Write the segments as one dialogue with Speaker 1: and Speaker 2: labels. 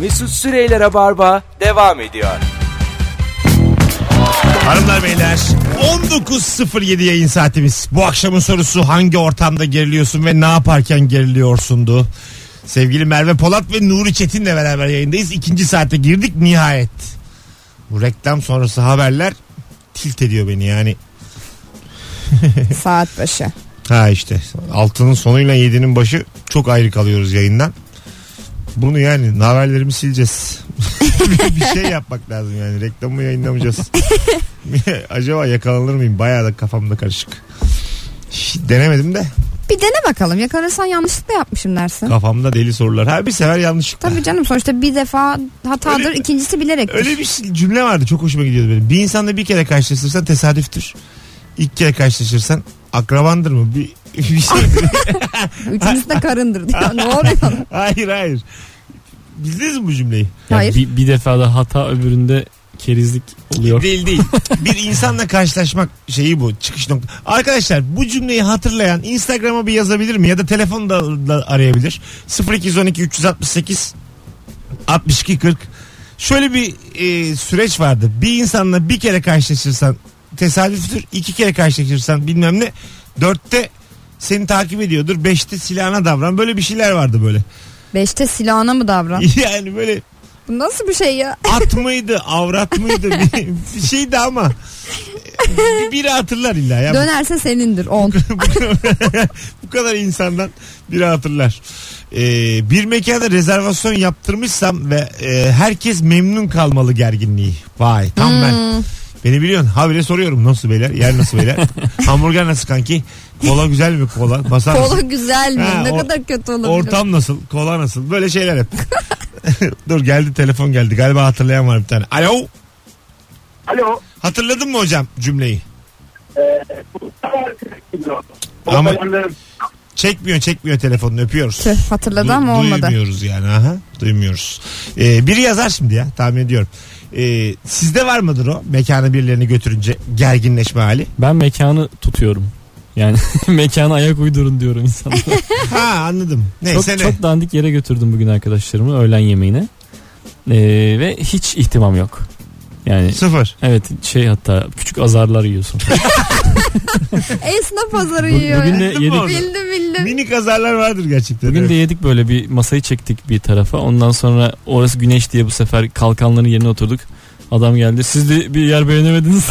Speaker 1: Mesut Süreyler'e barba devam ediyor.
Speaker 2: Hanımlar beyler 19.07 yayın saatimiz. Bu akşamın sorusu hangi ortamda geriliyorsun ve ne yaparken geriliyorsundu? Sevgili Merve Polat ve Nuri Çetin'le beraber yayındayız. İkinci saate girdik nihayet. Bu reklam sonrası haberler tilt ediyor beni yani.
Speaker 3: saat başı.
Speaker 2: Ha işte altının sonuyla yedinin başı çok ayrı kalıyoruz yayından. Bunu yani haberlerimi sileceğiz. bir, bir şey yapmak lazım yani reklamı yayınlamayacağız. Acaba yakalanır mıyım? Bayağı da kafamda karışık. Hiç Denemedim de
Speaker 3: Bir dene bakalım yakalanırsan yanlışlıkla yapmışım dersin.
Speaker 2: kafamda deli sorular. Her bir sefer yanlışlıkla.
Speaker 3: Tabii canım sonuçta bir defa hatadır
Speaker 2: Öyle-
Speaker 3: ikincisi bilerek.
Speaker 2: Öyle bir şey- cümle vardı çok hoşuma gidiyordu benim. Bir insanla bir kere karşılaşırsan tesadüftür. İlk kere karşılaşırsan akrabandır mı? Bir, bir şey.
Speaker 3: Üçüncüsü de karındır diyor. ne oluyor?
Speaker 2: hayır hayır. Bildiniz mi bu cümleyi?
Speaker 4: Yani
Speaker 3: Hayır.
Speaker 4: Bir, bir defada hata öbüründe kerizlik oluyor.
Speaker 2: Değil değil. Bir insanla karşılaşmak şeyi bu. Çıkış nokta. Arkadaşlar bu cümleyi hatırlayan Instagram'a bir yazabilir mi? Ya da telefonu da, da arayabilir. 0212 368 62 40. Şöyle bir e, süreç vardı. Bir insanla bir kere karşılaşırsan tesadüftür. iki kere karşılaşırsan bilmem ne. Dörtte seni takip ediyordur. Beşte silahına davran. Böyle bir şeyler vardı böyle.
Speaker 3: Beşte silahına mı davran?
Speaker 2: Yani böyle
Speaker 3: Bu nasıl bir şey ya?
Speaker 2: at mıydı avrat mıydı bir, bir şeydi ama E, bir- biri hatırlar illa ya. Bu-
Speaker 3: Dönerse senindir on.
Speaker 2: Bu kadar insandan biri hatırlar. Ee, bir mekana rezervasyon yaptırmışsam ve e, herkes memnun kalmalı gerginliği. Vay tam
Speaker 3: Hmm.
Speaker 2: ben. Beni biliyorsun habire soruyorum nasıl beyler yer nasıl beyler hamburger nasıl kanki kola güzel mi kola masa nasıl?
Speaker 3: Kola güzel mi?
Speaker 2: Ha,
Speaker 3: ne
Speaker 2: o-
Speaker 3: kadar kötü olabilir.
Speaker 2: Ortam nasıl? Kola nasıl? Böyle şeyler hep. Dur geldi telefon geldi. Galiba hatırlayan var bir tane. Alo.
Speaker 5: Alo.
Speaker 2: Hatırladın mı hocam cümleyi? Ama-
Speaker 5: Ama...
Speaker 2: Çekmiyor çekmiyor telefonunu öpüyoruz.
Speaker 3: Tüh, hatırladı
Speaker 2: Du-
Speaker 3: ama olmadı.
Speaker 2: Duymuyoruz yani aha duymuyoruz. Ee, biri yazar şimdi ya tahmin ediyorum. Ee, sizde var mıdır o mekana birilerini götürünce gerginleşme hali?
Speaker 4: Ben mekanı tutuyorum. Yani mekana ayak uydurun diyorum insanlara.
Speaker 2: ha anladım.
Speaker 4: çok,
Speaker 2: Neyse ne.
Speaker 4: çok dandik yere götürdüm bugün arkadaşlarımı öğlen yemeğine. Ee, ve hiç ihtimam yok. Yani
Speaker 2: Sıfır.
Speaker 4: evet şey hatta küçük azarlar yiyorsun.
Speaker 3: Esnaf pazarı
Speaker 4: Bu-
Speaker 3: yiyor.
Speaker 4: bugün de
Speaker 3: ya.
Speaker 2: Bildin mi
Speaker 4: yedik.
Speaker 2: orada?
Speaker 3: Bildim bildim.
Speaker 2: Mini kazarlar vardır gerçekten.
Speaker 4: Bugün
Speaker 2: evet.
Speaker 4: de yedik böyle bir masayı çektik bir tarafa. Ondan sonra orası güneş diye bu sefer kalkanların yerine oturduk. Adam geldi. Siz de bir yer beğenemediniz.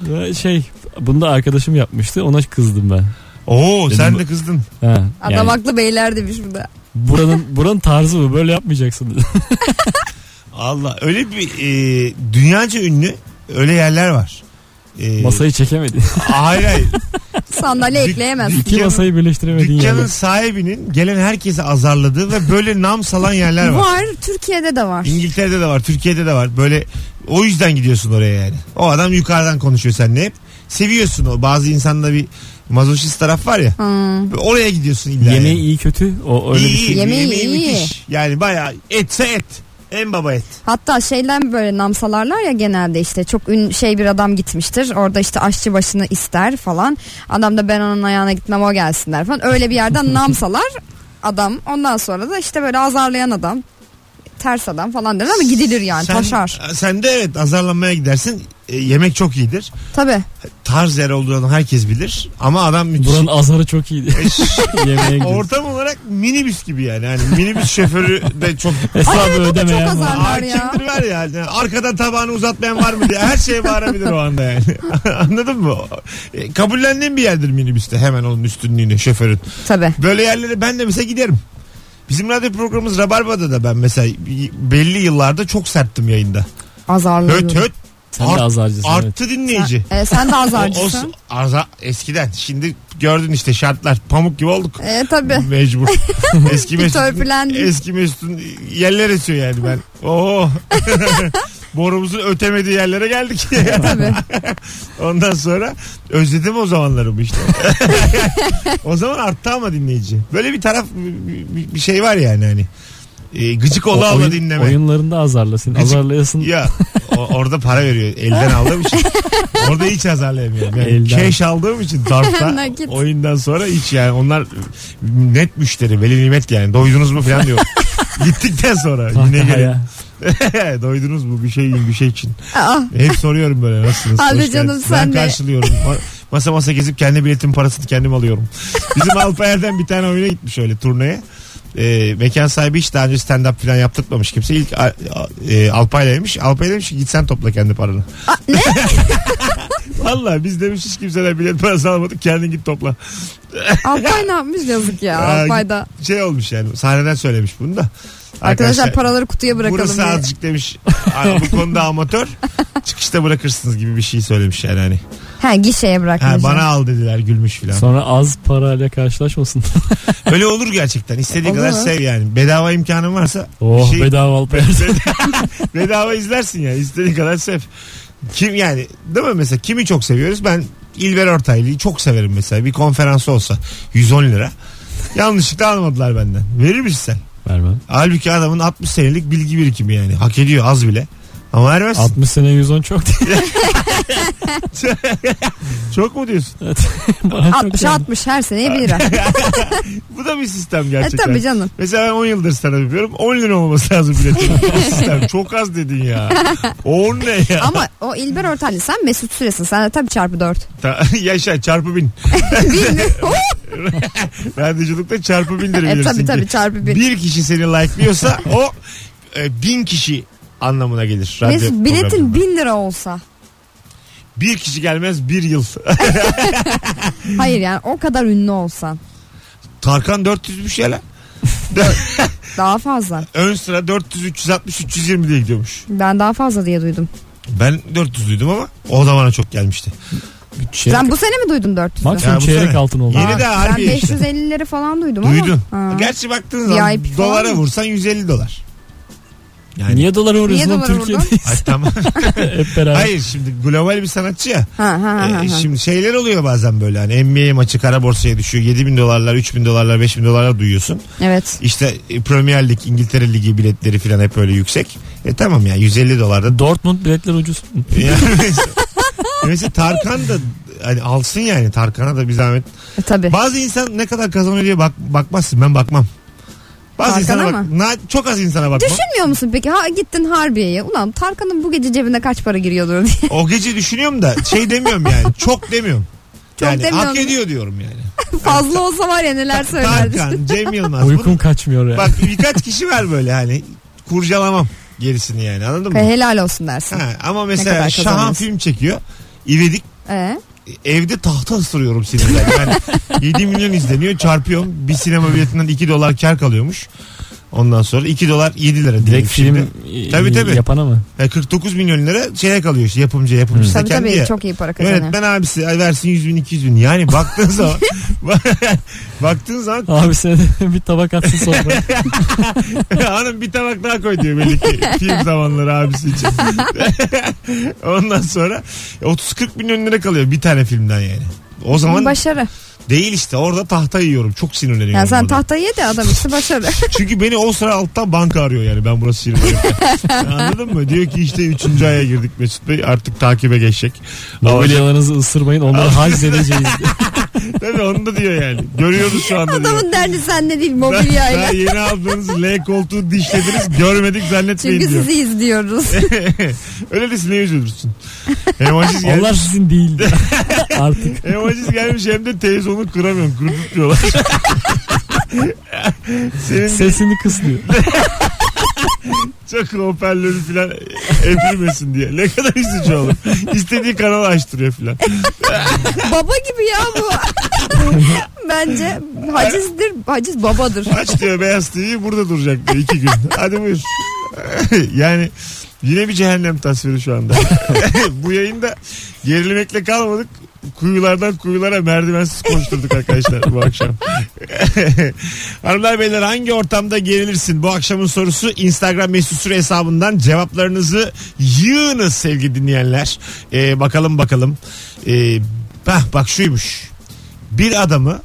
Speaker 4: Ve şey bunu da arkadaşım yapmıştı. Ona kızdım ben.
Speaker 2: Oo
Speaker 4: Dedim
Speaker 2: sen
Speaker 4: bu-
Speaker 2: de kızdın.
Speaker 4: Ha,
Speaker 3: Adam
Speaker 4: yani
Speaker 3: haklı beyler demiş bu da.
Speaker 4: buranın buranın tarzı bu. Böyle yapmayacaksın.
Speaker 2: Allah öyle bir e, dünyaca ünlü öyle yerler var. E,
Speaker 4: masayı çekemedi.
Speaker 2: Hayır hayır.
Speaker 3: Sandalye
Speaker 2: Dük-
Speaker 3: ekleyemez.
Speaker 4: İki masayı birleştiremediğin
Speaker 2: Dükkanın
Speaker 4: yerde.
Speaker 2: sahibinin gelen herkese azarladığı ve böyle nam salan yerler var.
Speaker 3: Var Türkiye'de de var.
Speaker 2: İngiltere'de de var, Türkiye'de de var. Böyle o yüzden gidiyorsun oraya yani. O adam yukarıdan konuşuyor seninle hep. Seviyorsun o. Bazı insanda bir mazoşist taraf var ya.
Speaker 3: Hmm.
Speaker 2: Oraya gidiyorsun illa.
Speaker 4: Yemeği
Speaker 2: yani.
Speaker 4: iyi kötü. O öyle
Speaker 2: iyi,
Speaker 4: bir
Speaker 2: iyi,
Speaker 4: şey.
Speaker 3: Yemeği
Speaker 2: yemeği
Speaker 3: iyi.
Speaker 2: müthiş. Yani bayağı etse et. En baba et.
Speaker 3: Hatta şeyden böyle namsalarlar ya genelde işte çok ün şey bir adam gitmiştir. Orada işte aşçı başını ister falan. Adam da ben onun ayağına gitmem o gelsinler falan. Öyle bir yerden namsalar adam. Ondan sonra da işte böyle azarlayan adam. Ters adam falan der ama gidilir yani taşar.
Speaker 2: Sen de evet azarlanmaya gidersin. E, yemek çok iyidir.
Speaker 3: Tabii.
Speaker 2: Tarz yer olduğunu herkes bilir. Ama adam müthiş.
Speaker 4: Buranın azarı çok iyiydi.
Speaker 2: E,
Speaker 4: Yemeğe gidiyoruz.
Speaker 2: Ortam olarak minibüs gibi yani. Hani minibüs şoförü de çok
Speaker 4: Hesabı
Speaker 3: Ay, bu da çok
Speaker 4: ödemeyen var.
Speaker 3: azar. Var ya.
Speaker 2: Hakimdir var ya. Yani arkadan tabağını uzatmayan var mı diye her şeye bağırabilir o anda yani. Anladın mı? E, kabullendiğim bir yerdir minibüste hemen onun üstünlüğünü şoförün.
Speaker 3: Tabii.
Speaker 2: Böyle yerlere ben de mesela giderim. Bizim radyo programımız Rabarba'da da ben mesela bir- belli yıllarda çok serttim yayında.
Speaker 3: Azarlıyorum.
Speaker 2: Höt höt
Speaker 4: Sen
Speaker 2: Art-
Speaker 4: de azarcısın. evet.
Speaker 2: arttı dinleyici.
Speaker 3: Sen, e, sen de
Speaker 2: O, o,
Speaker 3: azarcısın.
Speaker 2: arza, eskiden şimdi gördün işte şartlar pamuk gibi olduk.
Speaker 3: E, tabii.
Speaker 2: Mecbur. Eski
Speaker 3: Bir
Speaker 2: Mesut'un,
Speaker 3: törpülendin.
Speaker 2: eski Mesut'un yerler esiyor yani ben. Oo. Borumuzun ötemediği yerlere geldik.
Speaker 3: Tabii.
Speaker 2: Ondan sonra özledim o zamanlarımı işte. o zaman arttı ama dinleyici. Böyle bir taraf bir- bir bir şey var yani hani. e, gıcık ola ola
Speaker 4: O- oyun-
Speaker 2: dinleme.
Speaker 4: Oyunlarında azarlasın.
Speaker 2: Gıcık-
Speaker 4: Azarlayasın.
Speaker 2: Ya o- orada para veriyor. Elden aldığım için. Orada hiç azarlayamıyorum. Yani
Speaker 4: Elden.
Speaker 2: cash aldığım için darpta
Speaker 3: Nakit.
Speaker 2: oyundan sonra hiç yani onlar net müşteri. Veli nimet yani. Doydunuz mu falan diyor. Gittikten sonra yine gelin.
Speaker 4: Tahtaya.
Speaker 2: Doydunuz mu bir şey yiyin bir şey için.
Speaker 3: Aa,
Speaker 2: Hep soruyorum böyle nasılsınız?
Speaker 3: Abi
Speaker 2: Hoş
Speaker 3: canım
Speaker 2: geldiniz.
Speaker 3: sen
Speaker 2: Ben
Speaker 3: de.
Speaker 2: karşılıyorum. Ma- Masa masa gezip kendi biletim parasını kendim alıyorum. Bizim Alpayer'den bir tane oyuna gitmiş öyle turneye. Ee, mekan sahibi hiç daha önce stand up falan yaptırtmamış kimse. İlk a- a- e, Alpay'laymış. Alpay demiş ki git sen topla kendi paranı. ne? Valla biz demiş hiç kimseden bilet parası almadık kendin git topla.
Speaker 3: Alpay ne yapmış yazık ya
Speaker 2: Aa,
Speaker 3: Alpay'da.
Speaker 2: Şey olmuş yani sahneden söylemiş bunu da.
Speaker 3: Arkadaşlar paraları kutuya bırakalım.
Speaker 2: Burası
Speaker 3: diye.
Speaker 2: azıcık demiş "Aa, bu konuda amatör çıkışta bırakırsınız gibi bir şey söylemiş yani hani.
Speaker 3: Ha gişeye bırakmış.
Speaker 2: Ha, bana al dediler gülmüş filan.
Speaker 4: Sonra az parayla karşılaşmasın.
Speaker 2: Öyle olur gerçekten. İstediği
Speaker 3: Olur.
Speaker 2: kadar sev yani. Bedava imkanın varsa
Speaker 4: oh
Speaker 2: şey-
Speaker 4: bedava Alpay.
Speaker 2: bedava izlersin ya. İstediğin kadar sev. Kim yani değil mi mesela kimi çok seviyoruz? Ben İlber Ortaylı'yı çok severim mesela. Bir konferans olsa 110 lira. Yanlışlıkla almadılar benden. Verir misin sen?
Speaker 4: Vermem.
Speaker 2: Halbuki adamın 60 senelik bilgi birikimi yani. Hak ediyor az bile. Ama vermezsin.
Speaker 4: 60 sene 110 çok değil.
Speaker 2: Çok mu diyorsun?
Speaker 4: Bana çok
Speaker 3: 60
Speaker 4: geldi.
Speaker 3: 60 her seneye 1 lira.
Speaker 2: Bu da bir sistem
Speaker 3: e
Speaker 2: gerçekten.
Speaker 3: tabii canım.
Speaker 2: Mesela ben 10 yıldır sana yapıyorum. 10 lira olması lazım biletin. Bu sistem çok az dedin ya. 10 ne ya?
Speaker 3: Ama o İlber Ortaylı sen Mesut Süresin. Sen de tabii çarpı 4.
Speaker 2: Ta- Yaşa çarpı bin.
Speaker 3: Bilmiyorum.
Speaker 2: Radyoculukta çarpı bin de
Speaker 3: e
Speaker 2: bilirsin
Speaker 3: tabii
Speaker 2: ki.
Speaker 3: tabii çarpı 1.
Speaker 2: Bir kişi seni like'lıyorsa o e, bin kişi anlamına gelir. radyo
Speaker 3: Mesut biletin
Speaker 2: programında.
Speaker 3: 1000 lira olsa.
Speaker 2: Bir kişi gelmez bir yıl.
Speaker 3: Hayır yani o kadar ünlü olsan.
Speaker 2: Tarkan 400 bir şey lan.
Speaker 3: Daha fazla.
Speaker 2: Ön sıra 400, 360, 320 diye gidiyormuş.
Speaker 3: Ben daha fazla diye duydum.
Speaker 2: Ben 400 duydum ama o da bana çok gelmişti.
Speaker 4: Çeyrek-
Speaker 3: Sen bu sene mi duydun 400?
Speaker 4: Maksimum
Speaker 2: Ya bu
Speaker 4: çeyrek
Speaker 2: sene.
Speaker 4: altın oldu.
Speaker 2: Yeni de
Speaker 3: Ben
Speaker 2: harbi işte.
Speaker 3: 550'leri falan duydum
Speaker 2: Duydun.
Speaker 3: ama. Ha.
Speaker 2: Gerçi baktığın zaman
Speaker 3: VIP falan
Speaker 2: dolara
Speaker 3: mı?
Speaker 2: vursan 150 dolar. Yani
Speaker 4: Niye dolara
Speaker 3: Niye
Speaker 4: vuruyorsun oğlum?
Speaker 3: dolara vurdun?
Speaker 4: Türkiye'deyiz.
Speaker 2: Ay, tamam.
Speaker 4: Hep beraber.
Speaker 2: Hayır şimdi global bir sanatçı ya.
Speaker 3: Ha, ha, ha,
Speaker 2: Ee,
Speaker 3: ha.
Speaker 2: şimdi şeyler oluyor bazen böyle hani NBA maçı kara borsaya düşüyor. 7 bin dolarlar, 3 bin dolarlar, 5 bin dolarlar duyuyorsun.
Speaker 3: Evet.
Speaker 2: İşte e, Premier Lig, İngiltere Ligi biletleri falan hep öyle yüksek. E tamam ya 150 dolarda.
Speaker 4: Dortmund biletler ucuz.
Speaker 2: Yani mesela- mesela Tarkan da hani alsın yani Tarkan'a da bir zahmet.
Speaker 3: E, tabii.
Speaker 2: Bazı insan ne kadar kazanıyor diye bak, bakmazsın ben bakmam. Bazı
Speaker 3: Tarkan'a
Speaker 2: insana bak,
Speaker 3: mı?
Speaker 2: na- çok az insana bakmam.
Speaker 3: Düşünmüyor musun peki? Ha gittin Harbiye'ye. Ulan Tarkan'ın bu gece cebinde kaç para giriyordur diye.
Speaker 2: O gece düşünüyorum da şey demiyorum yani çok demiyorum.
Speaker 3: Çok
Speaker 2: yani hak
Speaker 3: demiyorsun.
Speaker 2: ediyor diyorum yani.
Speaker 3: Fazla olsa var ya neler söylerdi.
Speaker 2: Tarkan, Cem Yılmaz.
Speaker 4: Uykum kaçmıyor ya.
Speaker 2: Bak birkaç kişi var böyle hani kurcalamam gerisini yani anladın mı?
Speaker 3: Helal olsun dersin.
Speaker 2: Ha, ama
Speaker 3: Ne
Speaker 2: mesela
Speaker 3: kadar
Speaker 2: Şahan
Speaker 3: kazanırız.
Speaker 2: film çekiyor. İvedik
Speaker 3: Ee?
Speaker 2: evde tahta ısırıyorum sinirden. Yani 7 milyon izleniyor çarpıyorum. Bir sinema biletinden 2 dolar kar kalıyormuş. Ondan sonra 2 dolar 7 lira
Speaker 4: Direkt
Speaker 2: diyelim
Speaker 4: film
Speaker 2: şimdi.
Speaker 4: e,
Speaker 2: Tabii, tabii.
Speaker 4: yapana mı?
Speaker 2: Yani 49 milyon lira şeye kalıyor işte yapımcı yapımcısı da
Speaker 3: Tabii
Speaker 2: kendi
Speaker 3: tabii
Speaker 2: ya.
Speaker 3: çok iyi para kazanıyor.
Speaker 2: Yönetmen abisi ay versin 100 bin 200 bin. Yani baktığın zaman baktığın zaman
Speaker 4: Abi sen de bir tabak atsın sonra.
Speaker 2: hanım bir tabak daha koy diyor belli ki film zamanları abisi için. Ondan sonra 30-40 milyon lira kalıyor bir tane filmden yani. O zaman
Speaker 3: Başarı.
Speaker 2: değil işte orada tahta yiyorum. Çok sinirleniyorum.
Speaker 3: Yani sen
Speaker 2: buna.
Speaker 3: tahtayı ye de adam işte başarı.
Speaker 2: Çünkü beni o sıra alttan banka arıyor yani ben burası şirin. Anladın mı? Diyor ki işte 3. aya girdik Mesut Bey artık takibe geçecek. Ama
Speaker 4: Mobilyalarınızı ısırmayın onları haz edeceğiz.
Speaker 2: tabii onu da diyor yani. Görüyoruz şu anda diyor.
Speaker 3: Adamın derdi sende değil
Speaker 2: Daha- daha
Speaker 3: mobilyayla.
Speaker 2: yeni aldığınız L koltuğu dişlediniz görmedik zannetmeyin
Speaker 3: Çünkü
Speaker 2: diyor.
Speaker 3: sizi izliyoruz.
Speaker 2: Öyle de sineye üzülürsün. Hem aciz gelmiş,
Speaker 4: Onlar sizin değildi. Artık.
Speaker 2: hem aciz gelmiş hem de televizyonu kıramıyorum. Kırdırtıyorlar. Senin de
Speaker 4: Sesini kısmıyor.
Speaker 2: çok hoparlörü falan evrilmesin diye. Ne kadar üzücü olur. İstediği kanalı açtırıyor falan.
Speaker 3: Baba gibi ya bu. Bence hacizdir. Haciz babadır.
Speaker 2: Aç diyor Beyaz TV burada duracak diyor iki gün. Hadi buyur. yani yine bir cehennem tasviri şu anda. Bu yayında gerilmekle kalmadık. Kuyulardan kuyulara merdivensiz koşturduk arkadaşlar bu akşam. Hanımlar beyler hangi ortamda gerilirsin? Bu akşamın sorusu Instagram mesut süre hesabından cevaplarınızı yığınız sevgili dinleyenler. Ee, bakalım bakalım. Ee, heh, bak şuymuş. Bir adamı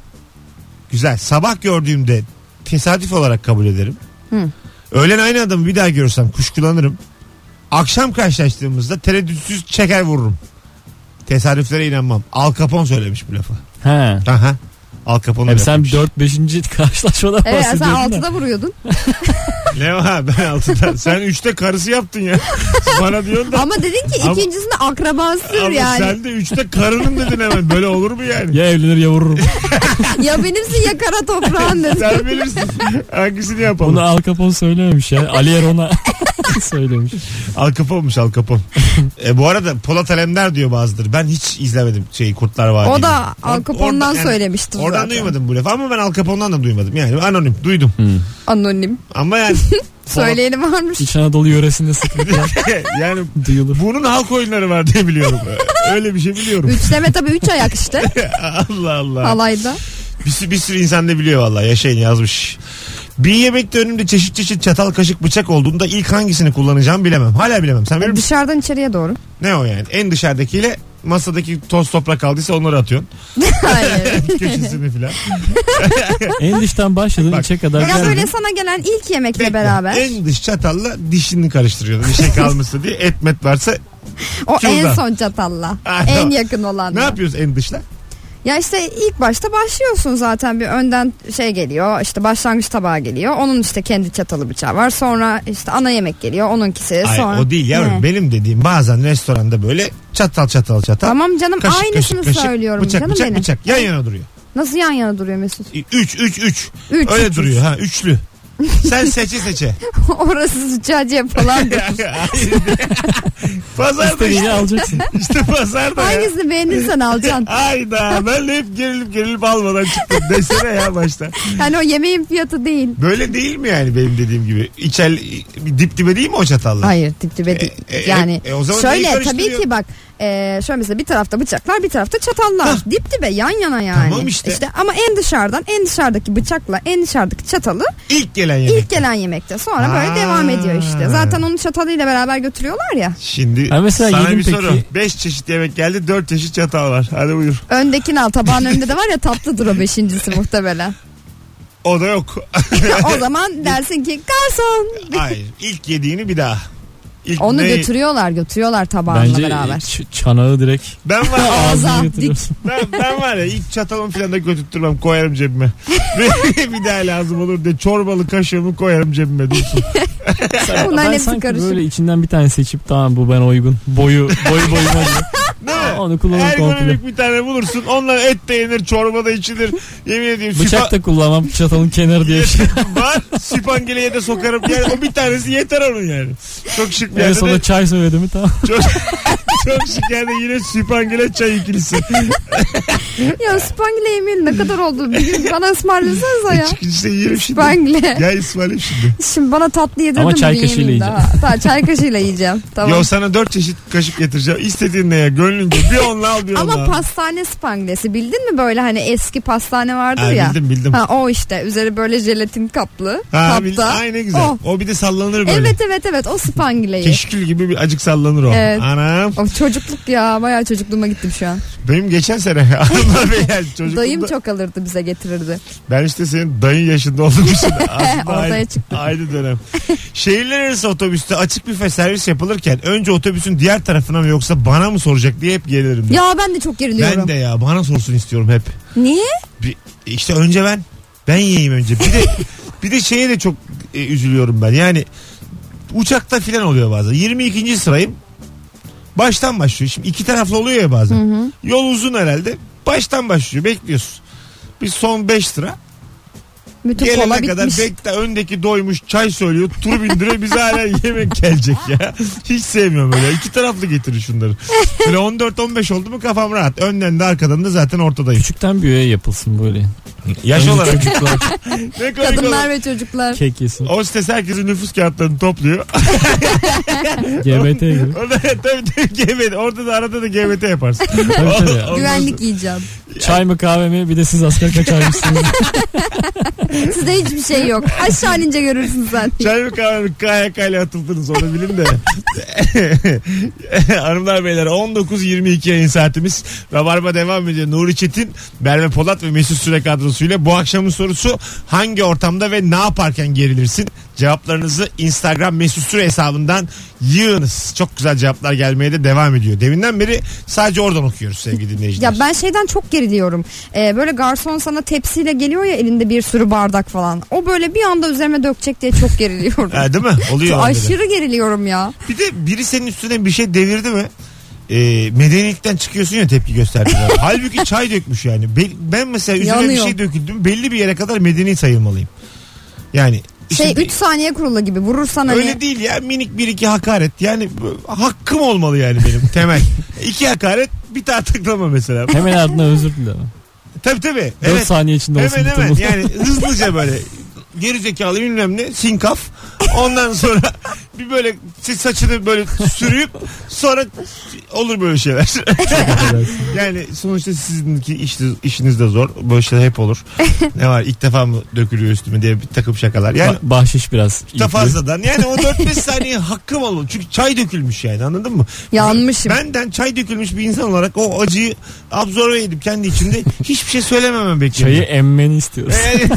Speaker 2: güzel sabah gördüğümde tesadüf olarak kabul ederim.
Speaker 3: Hı.
Speaker 2: Öğlen aynı adamı bir daha görürsem kuşkulanırım. Akşam karşılaştığımızda tereddütsüz çeker vururum. Tesadüflere inanmam. Al Capone söylemiş bu lafı.
Speaker 4: He.
Speaker 2: Aha. Al Capone
Speaker 4: Hem sen
Speaker 2: lafıymış.
Speaker 4: 4-5. karşılaşmadan
Speaker 3: Evet sen
Speaker 4: bahsediyorsun. da.
Speaker 3: 6'da vuruyordun.
Speaker 2: Ne var ben altıda. Sen üçte karısı yaptın ya. Bana diyorsun da.
Speaker 3: Ama dedin ki
Speaker 2: Ama-
Speaker 3: ikincisinde akrabasın
Speaker 2: Ama
Speaker 3: yani.
Speaker 2: sen de üçte karının dedin hemen. Böyle olur mu yani?
Speaker 4: Ya evlenir ya vururum.
Speaker 3: Ya benimsin ya kara toprağın dedin.
Speaker 2: sen bilirsin. Hangisini yapalım?
Speaker 4: Bunu Al Capone söylememiş ya. Ali Erona söylemiş.
Speaker 2: Al Capone'muş Al Capone. e, bu arada Polat Alemdar diyor bazıdır. Ben hiç izlemedim şeyi Kurtlar Vadisi.
Speaker 3: O da Al Capone'dan
Speaker 2: Oradan- yani
Speaker 3: söylemiştir
Speaker 2: Oradan
Speaker 3: zaten.
Speaker 2: duymadım bu lafı ama ben Al Capone'dan da duymadım. Yani anonim duydum.
Speaker 3: Anonim.
Speaker 2: Ama yani
Speaker 3: Söyleyeni varmış.
Speaker 4: İç Anadolu yöresinde sıkıntı
Speaker 2: yani
Speaker 4: duyulur.
Speaker 2: bunun halk oyunları var diye biliyorum. Öyle bir şey biliyorum.
Speaker 3: Üçleme tabii üç ayak işte
Speaker 2: Allah Allah.
Speaker 3: alayda.
Speaker 2: Bir, sü- bir sürü insan da biliyor vallahi yaşayın yazmış. Bir yemekte önümde çeşit çeşit çatal kaşık bıçak olduğunda ilk hangisini kullanacağım bilemem. Hala bilemem. Sen bilir misin?
Speaker 3: Dışarıdan içeriye doğru.
Speaker 2: Ne o yani? En dışarıdakiyle masadaki toz toprak kaldıysa onları atıyorsun.
Speaker 3: Hayır.
Speaker 2: Köşesini filan.
Speaker 4: En dıştan başladın
Speaker 2: Bak.
Speaker 4: içe kadar
Speaker 3: Ya
Speaker 4: geldin.
Speaker 3: böyle sana gelen ilk yemekle
Speaker 2: Bekle.
Speaker 3: beraber
Speaker 2: En dış çatalla dişini karıştırıyorsun. Bir şey kalmışsa diye etmet varsa
Speaker 3: o en
Speaker 2: şuradan.
Speaker 3: son çatalla.
Speaker 2: Ay,
Speaker 3: en
Speaker 2: o-
Speaker 3: yakın
Speaker 2: ne
Speaker 3: olanla.
Speaker 2: yapıyoruz en dışla?
Speaker 3: Ya işte ilk başta başlıyorsun zaten bir önden şey geliyor işte başlangıç tabağı geliyor. Onun işte kendi çatalı bıçağı var. Sonra işte ana yemek geliyor onunkisi.
Speaker 2: Ay,
Speaker 3: E, sonra...
Speaker 2: o değil yavrum.
Speaker 3: Ne?
Speaker 2: Benim dediğim bazen restoranda böyle çatal çatal çatal.
Speaker 3: Tamam canım
Speaker 2: Kaşık,
Speaker 3: aynısını
Speaker 2: kaşık, kaşık,
Speaker 3: söylüyorum
Speaker 2: bıçak,
Speaker 3: canım
Speaker 2: bıçak,
Speaker 3: benim.
Speaker 2: bıçak yan yana duruyor.
Speaker 3: Nasıl yan yana duruyor Mesut?
Speaker 2: Üç, üç, üç.
Speaker 3: Üç,
Speaker 2: Öyle
Speaker 3: üç,
Speaker 2: duruyor ha üçlü. Sen seçe seçe.
Speaker 3: Orası sıcacıya falan.
Speaker 2: Hayır. pazarda
Speaker 4: İstediğini
Speaker 2: işte,
Speaker 4: alacaksın.
Speaker 2: işte pazarda ya.
Speaker 3: Hangisini beğenirsen alacaksın.
Speaker 2: Hayda ben de hep gerilip gerilip almadan çıktım desene ya başta.
Speaker 3: Yani o yemeğin fiyatı değil.
Speaker 2: Böyle değil mi yani benim dediğim gibi? İçel dip dibe değil mi o çatallar?
Speaker 3: Hayır dip dibe değil.
Speaker 2: E, e,
Speaker 3: yani
Speaker 2: e, o zaman neyi
Speaker 3: şöyle tabii
Speaker 2: karıştırıyor?
Speaker 3: ki bak e, şöyle mesela bir tarafta bıçaklar bir tarafta çatallar. Dip dibe yan yana yani.
Speaker 2: Tamam işte.
Speaker 3: ama en dışarıdan en dışarıdaki bıçakla en dışarıdaki çatalı
Speaker 2: İlk gelen yemek.
Speaker 3: ilk gelen yemekte. Sonra
Speaker 2: Ha.
Speaker 3: böyle devam ediyor işte. Zaten onu çatalıyla beraber götürüyorlar ya.
Speaker 2: Şimdi
Speaker 4: Ha mesela
Speaker 2: sana bir
Speaker 4: yedim peki.
Speaker 2: soru. Beş çeşit yemek geldi dört çeşit çatal var. Hadi buyur.
Speaker 3: Öndekini al tabağın önünde de var ya tatlıdır o beşincisi muhtemelen.
Speaker 2: O da yok.
Speaker 3: o zaman dersin ki garson.
Speaker 2: Hayır. İlk yediğini bir daha. İlk
Speaker 3: Onu
Speaker 2: ne-
Speaker 3: götürüyorlar götürüyorlar tabağınla
Speaker 4: Bence
Speaker 3: beraber.
Speaker 4: ç- çanağı direkt
Speaker 2: Ben var,
Speaker 3: Ağza,
Speaker 4: ağzına götürüyorsun.
Speaker 2: ben, ben var ya ilk çatalımı falan da götürtürmem koyarım cebime. bir, bir daha lazım olur diye çorbalı kaşığımı koyarım cebime diyorsun.
Speaker 3: Bunların
Speaker 4: ben
Speaker 3: hepsi
Speaker 4: sanki
Speaker 3: karışık.
Speaker 4: böyle içinden bir tane seçip tamam bu bana uygun. Boyu boyu boyuma diyor.
Speaker 2: Değil mi?
Speaker 4: Onu kullanırım komple.
Speaker 2: Ergonomik bir tane bulursun. Onunla et de yenir, çorba da içilir. Yemin ediyorum
Speaker 4: Bıçak da kullanmam çatalın kenarı diye bir şey.
Speaker 2: süpa- var. Süphangeleye de sokarım. Yani o bir tanesi yeter onun yani. Çok şık bir
Speaker 4: en
Speaker 2: yerde de,
Speaker 4: sonunda çay söyledi mi tamam.
Speaker 2: çok, çok şık yerde yine süphangele çay ikilisi.
Speaker 3: Ya spangle yemeğin ne kadar oldu? Bir gün bana ısmarlasanıza ya.
Speaker 2: İşte yerim şimdi.
Speaker 3: Spangle.
Speaker 2: Gel İsmail'im şimdi.
Speaker 3: Şimdi bana tatlı yedirdin
Speaker 4: Ama çay
Speaker 3: bugün
Speaker 4: kaşığıyla
Speaker 3: yemeğini
Speaker 4: yiyeceğim.
Speaker 3: daha. Tamam çay kaşığıyla yiyeceğim. Tamam.
Speaker 2: Yo sana dört çeşit kaşık getireceğim. İstediğin ne ya gönlünce. Bir onunla al bir onunla
Speaker 3: Ama
Speaker 2: al.
Speaker 3: pastane spanglesi bildin mi böyle hani eski pastane vardır
Speaker 2: Ha,
Speaker 3: ya.
Speaker 2: Bildim bildim.
Speaker 3: Ha o işte üzeri böyle jelatin kaplı.
Speaker 2: Ha,
Speaker 3: kapta.
Speaker 2: bil- Ay ne güzel.
Speaker 3: O.
Speaker 2: O bir de sallanır böyle.
Speaker 3: Oh. Evet evet evet o spangleyi.
Speaker 2: Keşkül gibi bir acık sallanır o.
Speaker 3: Evet.
Speaker 2: Anam.
Speaker 3: O çocukluk ya bayağı çocukluğuma gittim şu an.
Speaker 2: Benim geçen sene anla be yani çocukluğumda-
Speaker 3: Dayım çok alırdı bize getirirdi.
Speaker 2: Ben işte senin dayın yaşında olduğum için aslında
Speaker 3: Ortaya
Speaker 2: aynı,
Speaker 3: çıktı.
Speaker 2: aynı dönem. Şehirler arası otobüste açık büfe servis yapılırken önce otobüsün diğer tarafına mı yoksa bana mı soracak diye hep gelirim.
Speaker 3: Ya ben de çok geriliyorum.
Speaker 2: ben de ya bana sorsun istiyorum hep.
Speaker 3: Niye?
Speaker 2: Bir, işte önce ben ben yiyeyim önce. Bir de bir de şeye de çok e, üzülüyorum ben. Yani uçakta filan oluyor bazen. 22. sırayım. Baştan başlıyor. Şimdi iki taraflı oluyor ya bazen. Yol uzun herhalde. Baştan başlıyor. Bekliyorsun. Bir son 5 sıra.
Speaker 3: Bütün kola
Speaker 2: Gelene
Speaker 3: bitmiş.
Speaker 2: kadar bekle öndeki doymuş çay söylüyor. Tur bindiriyor bize hala yemek gelecek ya. Hiç sevmiyorum öyle. İki taraflı getirin şunları. Böyle 14-15 oldu mu kafam rahat. Önden de arkadan da zaten ortadayım.
Speaker 4: Küçükten büyüğe yapılsın böyle.
Speaker 2: Yaş
Speaker 4: Önce
Speaker 2: olarak.
Speaker 4: Çocuklar
Speaker 2: Ne komik olur.
Speaker 3: Kadınlar ve çocuklar.
Speaker 4: kek yesin.
Speaker 2: Hostes herkesin nüfus kağıtlarını topluyor.
Speaker 4: GBT gibi.
Speaker 2: Orada tabii tabii GBT. Orada da arada da GBT yaparsın.
Speaker 4: Tabii tabii.
Speaker 2: Ondan
Speaker 3: Güvenlik yiyeceğim.
Speaker 4: Çay mı kahve mi bir de siz asker kaçarmışsınız.
Speaker 3: Sizde hiçbir şey yok. Aşağı inince görürsün sen.
Speaker 2: sonra Çay mı kahve mi KHK ile atıldınız onu bilin de. Hanımlar beyler 19.22 yayın saatimiz. Rabarba devam ediyor. Nuri Çetin, Merve Polat ve Mesut Süre kadrosuyla bu akşamın sorusu hangi ortamda ve ne yaparken gerilirsin? Cevaplarınızı Instagram mesut süre hesabından yığınız. Çok güzel cevaplar gelmeye de devam ediyor. Deminden beri sadece oradan okuyoruz sevgili dinleyiciler.
Speaker 3: Ya ben şeyden çok geriliyorum. Ee, böyle garson sana tepsiyle geliyor ya elinde bir sürü bardak falan. O böyle bir anda üzerime dökecek diye çok geriliyorum.
Speaker 2: Ha, E, değil mi? Oluyor. onda da.
Speaker 3: Aşırı geriliyorum ya.
Speaker 2: Bir de biri senin üstüne bir şey devirdi mi? E, medeniyetten çıkıyorsun ya tepki gösterdiler. Halbuki çay dökmüş yani. Be- ben mesela üzerine bir
Speaker 3: Yanıyor.
Speaker 2: şey döküldüm. Belli bir yere kadar medeni sayılmalıyım. Yani
Speaker 3: Şey
Speaker 2: işte
Speaker 3: 3 saniye kurulu gibi vurursan hani.
Speaker 2: öyle değil ya minik bir iki hakaret. Yani bu- hakkım olmalı yani benim temel. iki hakaret bir tartıklama mesela.
Speaker 4: Hemen ardından özür dileme.
Speaker 2: tabii tabii.
Speaker 4: 4
Speaker 2: Evet.
Speaker 4: saniye içinde olsun.
Speaker 2: Hemen
Speaker 4: bütün
Speaker 2: hemen
Speaker 4: bu.
Speaker 2: yani hızlıca böyle geri zekalı bilmem ne sinkaf. Ondan sonra bir böyle saçını böyle sürüyüp sonra olur böyle şeyler. Yani sonuçta sizinki iş, işiniz de zor. Böyle şeyler hep olur. Ne var ilk defa mı dökülüyor üstüme diye bir takım şakalar. Yani
Speaker 4: Ba- bahşiş biraz.
Speaker 2: da
Speaker 4: ilgili.
Speaker 2: fazladan. Yani o 4-5 saniye hakkım olur. Çünkü çay dökülmüş yani anladın mı?
Speaker 3: Yanmışım.
Speaker 2: Benden çay dökülmüş bir insan olarak o acıyı absorbe edip kendi içimde hiçbir şey söylememem
Speaker 4: Çayı
Speaker 2: bekliyorum.
Speaker 4: emmeni istiyoruz.
Speaker 2: Yani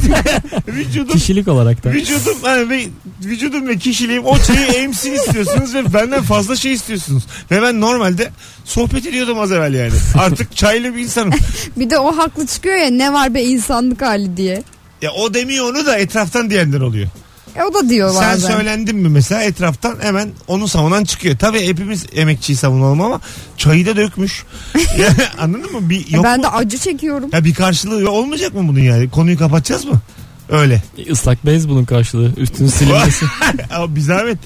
Speaker 2: vücudum
Speaker 4: Kişilik olarak da.
Speaker 2: Vücudum hani ve, vücudum ve kişiliğim o çayı emsin istiyorsunuz ve benden fazla şey istiyorsunuz. Ve ben normalde sohbet ediyordum az evvel yani. Artık çaylı bir insanım.
Speaker 3: Bir de o haklı çıkıyor ya ne var be insanlık hali diye.
Speaker 2: Ya o demiyor onu da etraftan diyenler oluyor.
Speaker 3: E o da diyor
Speaker 2: Sen
Speaker 3: bazen.
Speaker 2: söylendin mi mesela etraftan hemen onu savunan çıkıyor. Tabii hepimiz emekçiyi savunalım ama çayı da dökmüş. Yani anladın mı? Bir,
Speaker 3: E
Speaker 2: yok
Speaker 3: ben
Speaker 2: mu?
Speaker 3: de acı çekiyorum.
Speaker 2: Ya bir karşılığı yok. olmayacak mı bunun yani? Konuyu kapatacağız mı? Öyle.
Speaker 4: Islak E, bez bunun karşılığı. Üstünü silinmesi.
Speaker 2: Ama bir zahmet.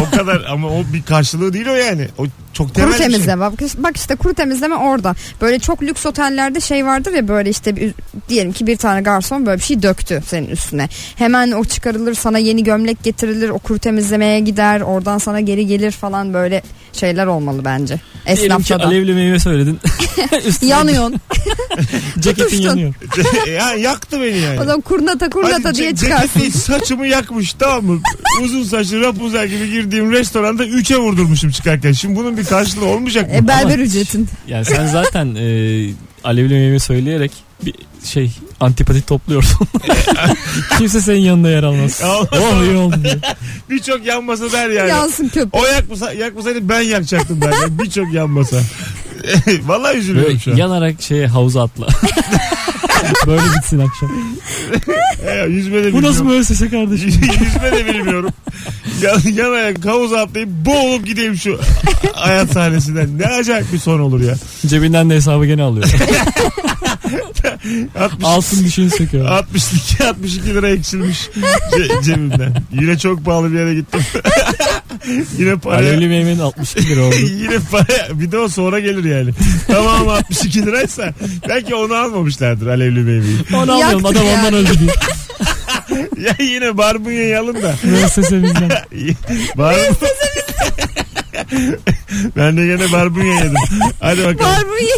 Speaker 2: o kadar ama o bir karşılığı değil o yani. O çok temel
Speaker 3: Kuru
Speaker 2: bir şey.
Speaker 3: temizleme bak, bak işte kuru temizleme orada. Böyle çok lüks otellerde şey vardır ya böyle işte bir- diyelim ki bir tane garson böyle bir şey döktü senin üstüne. Hemen o çıkarılır sana yeni gömlek getirilir o kuru temizlemeye gider oradan sana geri gelir falan böyle şeyler olmalı bence.
Speaker 4: Diyelim ki
Speaker 3: Esnafta da.
Speaker 4: alevli meyve söyledin. Üstüne
Speaker 3: Yanıyorsun.
Speaker 4: Ceketin
Speaker 3: tutuştun.
Speaker 4: yanıyor.
Speaker 2: ya yaktı beni yani.
Speaker 3: O zaman kurnata kurnata
Speaker 2: Hadi
Speaker 3: diye
Speaker 2: ce-
Speaker 3: çıkarsın.
Speaker 2: ceketi saçımı yakmış tamam mı? Uzun saçlı Rapunzel gibi girdiğim restoranda 3'e vurdurmuşum çıkarken. Şimdi bunun bir karşılığı olmayacak mı?
Speaker 3: E, berber
Speaker 4: Ama-
Speaker 3: ücretin.
Speaker 4: Yani sen zaten e, alevli meyve söyleyerek bir şey antipati topluyorsun. Kimse senin yanında yer almaz.
Speaker 2: Almaz.
Speaker 4: oh iyi oldu diye.
Speaker 3: E-
Speaker 2: Birçok yan masa der yani.
Speaker 3: Yansın köpek.
Speaker 2: O yakmasa, yakmasaydı ben yakacaktım der. Yani. Birçok yan masa. Vallahi üzülüyorum şu an.
Speaker 4: Böyle yanarak şeye havuza atla. Böyle bitsin akşam.
Speaker 2: E, yüzme de
Speaker 4: Bu nasıl
Speaker 2: bilmiyorum.
Speaker 4: müessese kardeşim?
Speaker 2: yüzme de bilmiyorum. Yan, yan ayak havuza atlayıp boğulup gideyim şu hayat sahnesinden. Ne acayip bir son olur ya.
Speaker 4: Cebinden de hesabı gene alıyor.
Speaker 2: 60
Speaker 4: Altın şey dişini söküyor.
Speaker 2: 62 62 lira eksilmiş ce- cebimden. Yine çok pahalı bir yere gittim. yine paraya
Speaker 4: Alevli meyvenin 62 lira oldu.
Speaker 2: yine paraya bir de o sonra gelir yani. Tamam 62 liraysa belki onu almamışlardır alevli meyveyi.
Speaker 4: Onu almayalım
Speaker 3: Yaktın
Speaker 4: adam
Speaker 3: yani.
Speaker 4: ondan öldü diye.
Speaker 2: Ya yine barbunya alın da.
Speaker 4: Müessese bizden.
Speaker 2: Bar... ben de gene barbunya yedim. Hadi bakalım.
Speaker 3: Var bu iyi.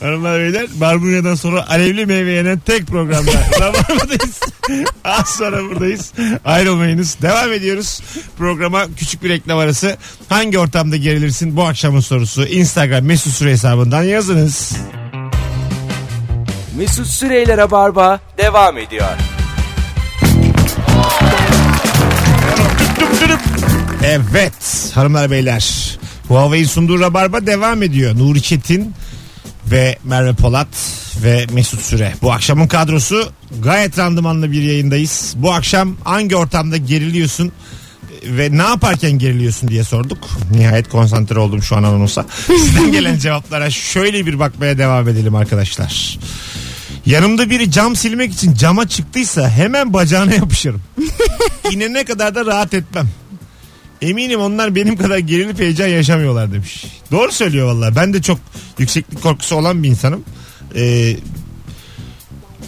Speaker 2: Hanımlar beyler barbunya'dan sonra alevli meyve yenen tek programda Rabarba'dayız. Az sonra buradayız. Ayrılmayınız. Devam ediyoruz. Programa küçük bir reklam arası. Hangi ortamda gerilirsin bu akşamın sorusu. Instagram mesut süre hesabından yazınız.
Speaker 1: Mesut Süreyler'e barba devam ediyor.
Speaker 2: Evet hanımlar beyler. Huawei'in sunduğu Rabarba devam ediyor. Nuri Çetin ve Merve Polat ve Mesut Süre. Bu akşamın kadrosu gayet randımanlı bir yayındayız. Bu akşam hangi ortamda geriliyorsun ve ne yaparken geriliyorsun diye sorduk. Nihayet konsantre oldum şu an anonsa. Sizden gelen cevaplara şöyle bir bakmaya devam edelim arkadaşlar. Yanımda biri cam silmek için cama çıktıysa hemen bacağına yapışırım. İnene kadar da rahat etmem. Eminim onlar benim kadar gerilip heyecan yaşamıyorlar demiş. Doğru söylüyor valla. Ben de çok yükseklik korkusu olan bir insanım. Ee,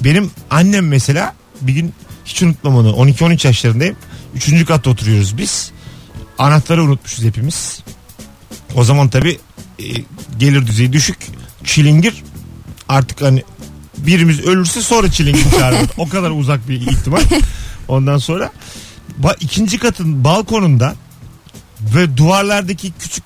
Speaker 2: benim annem mesela bir gün hiç unutmam onu. 12-13 yaşlarındayım. Üçüncü katta oturuyoruz biz. Anahtarı unutmuşuz hepimiz. O zaman tabi gelir düzeyi düşük. Çilingir artık hani birimiz ölürse sonra çilingir çağırır. o kadar uzak bir ihtimal. Ondan sonra ba- ikinci katın balkonunda ve duvarlardaki küçük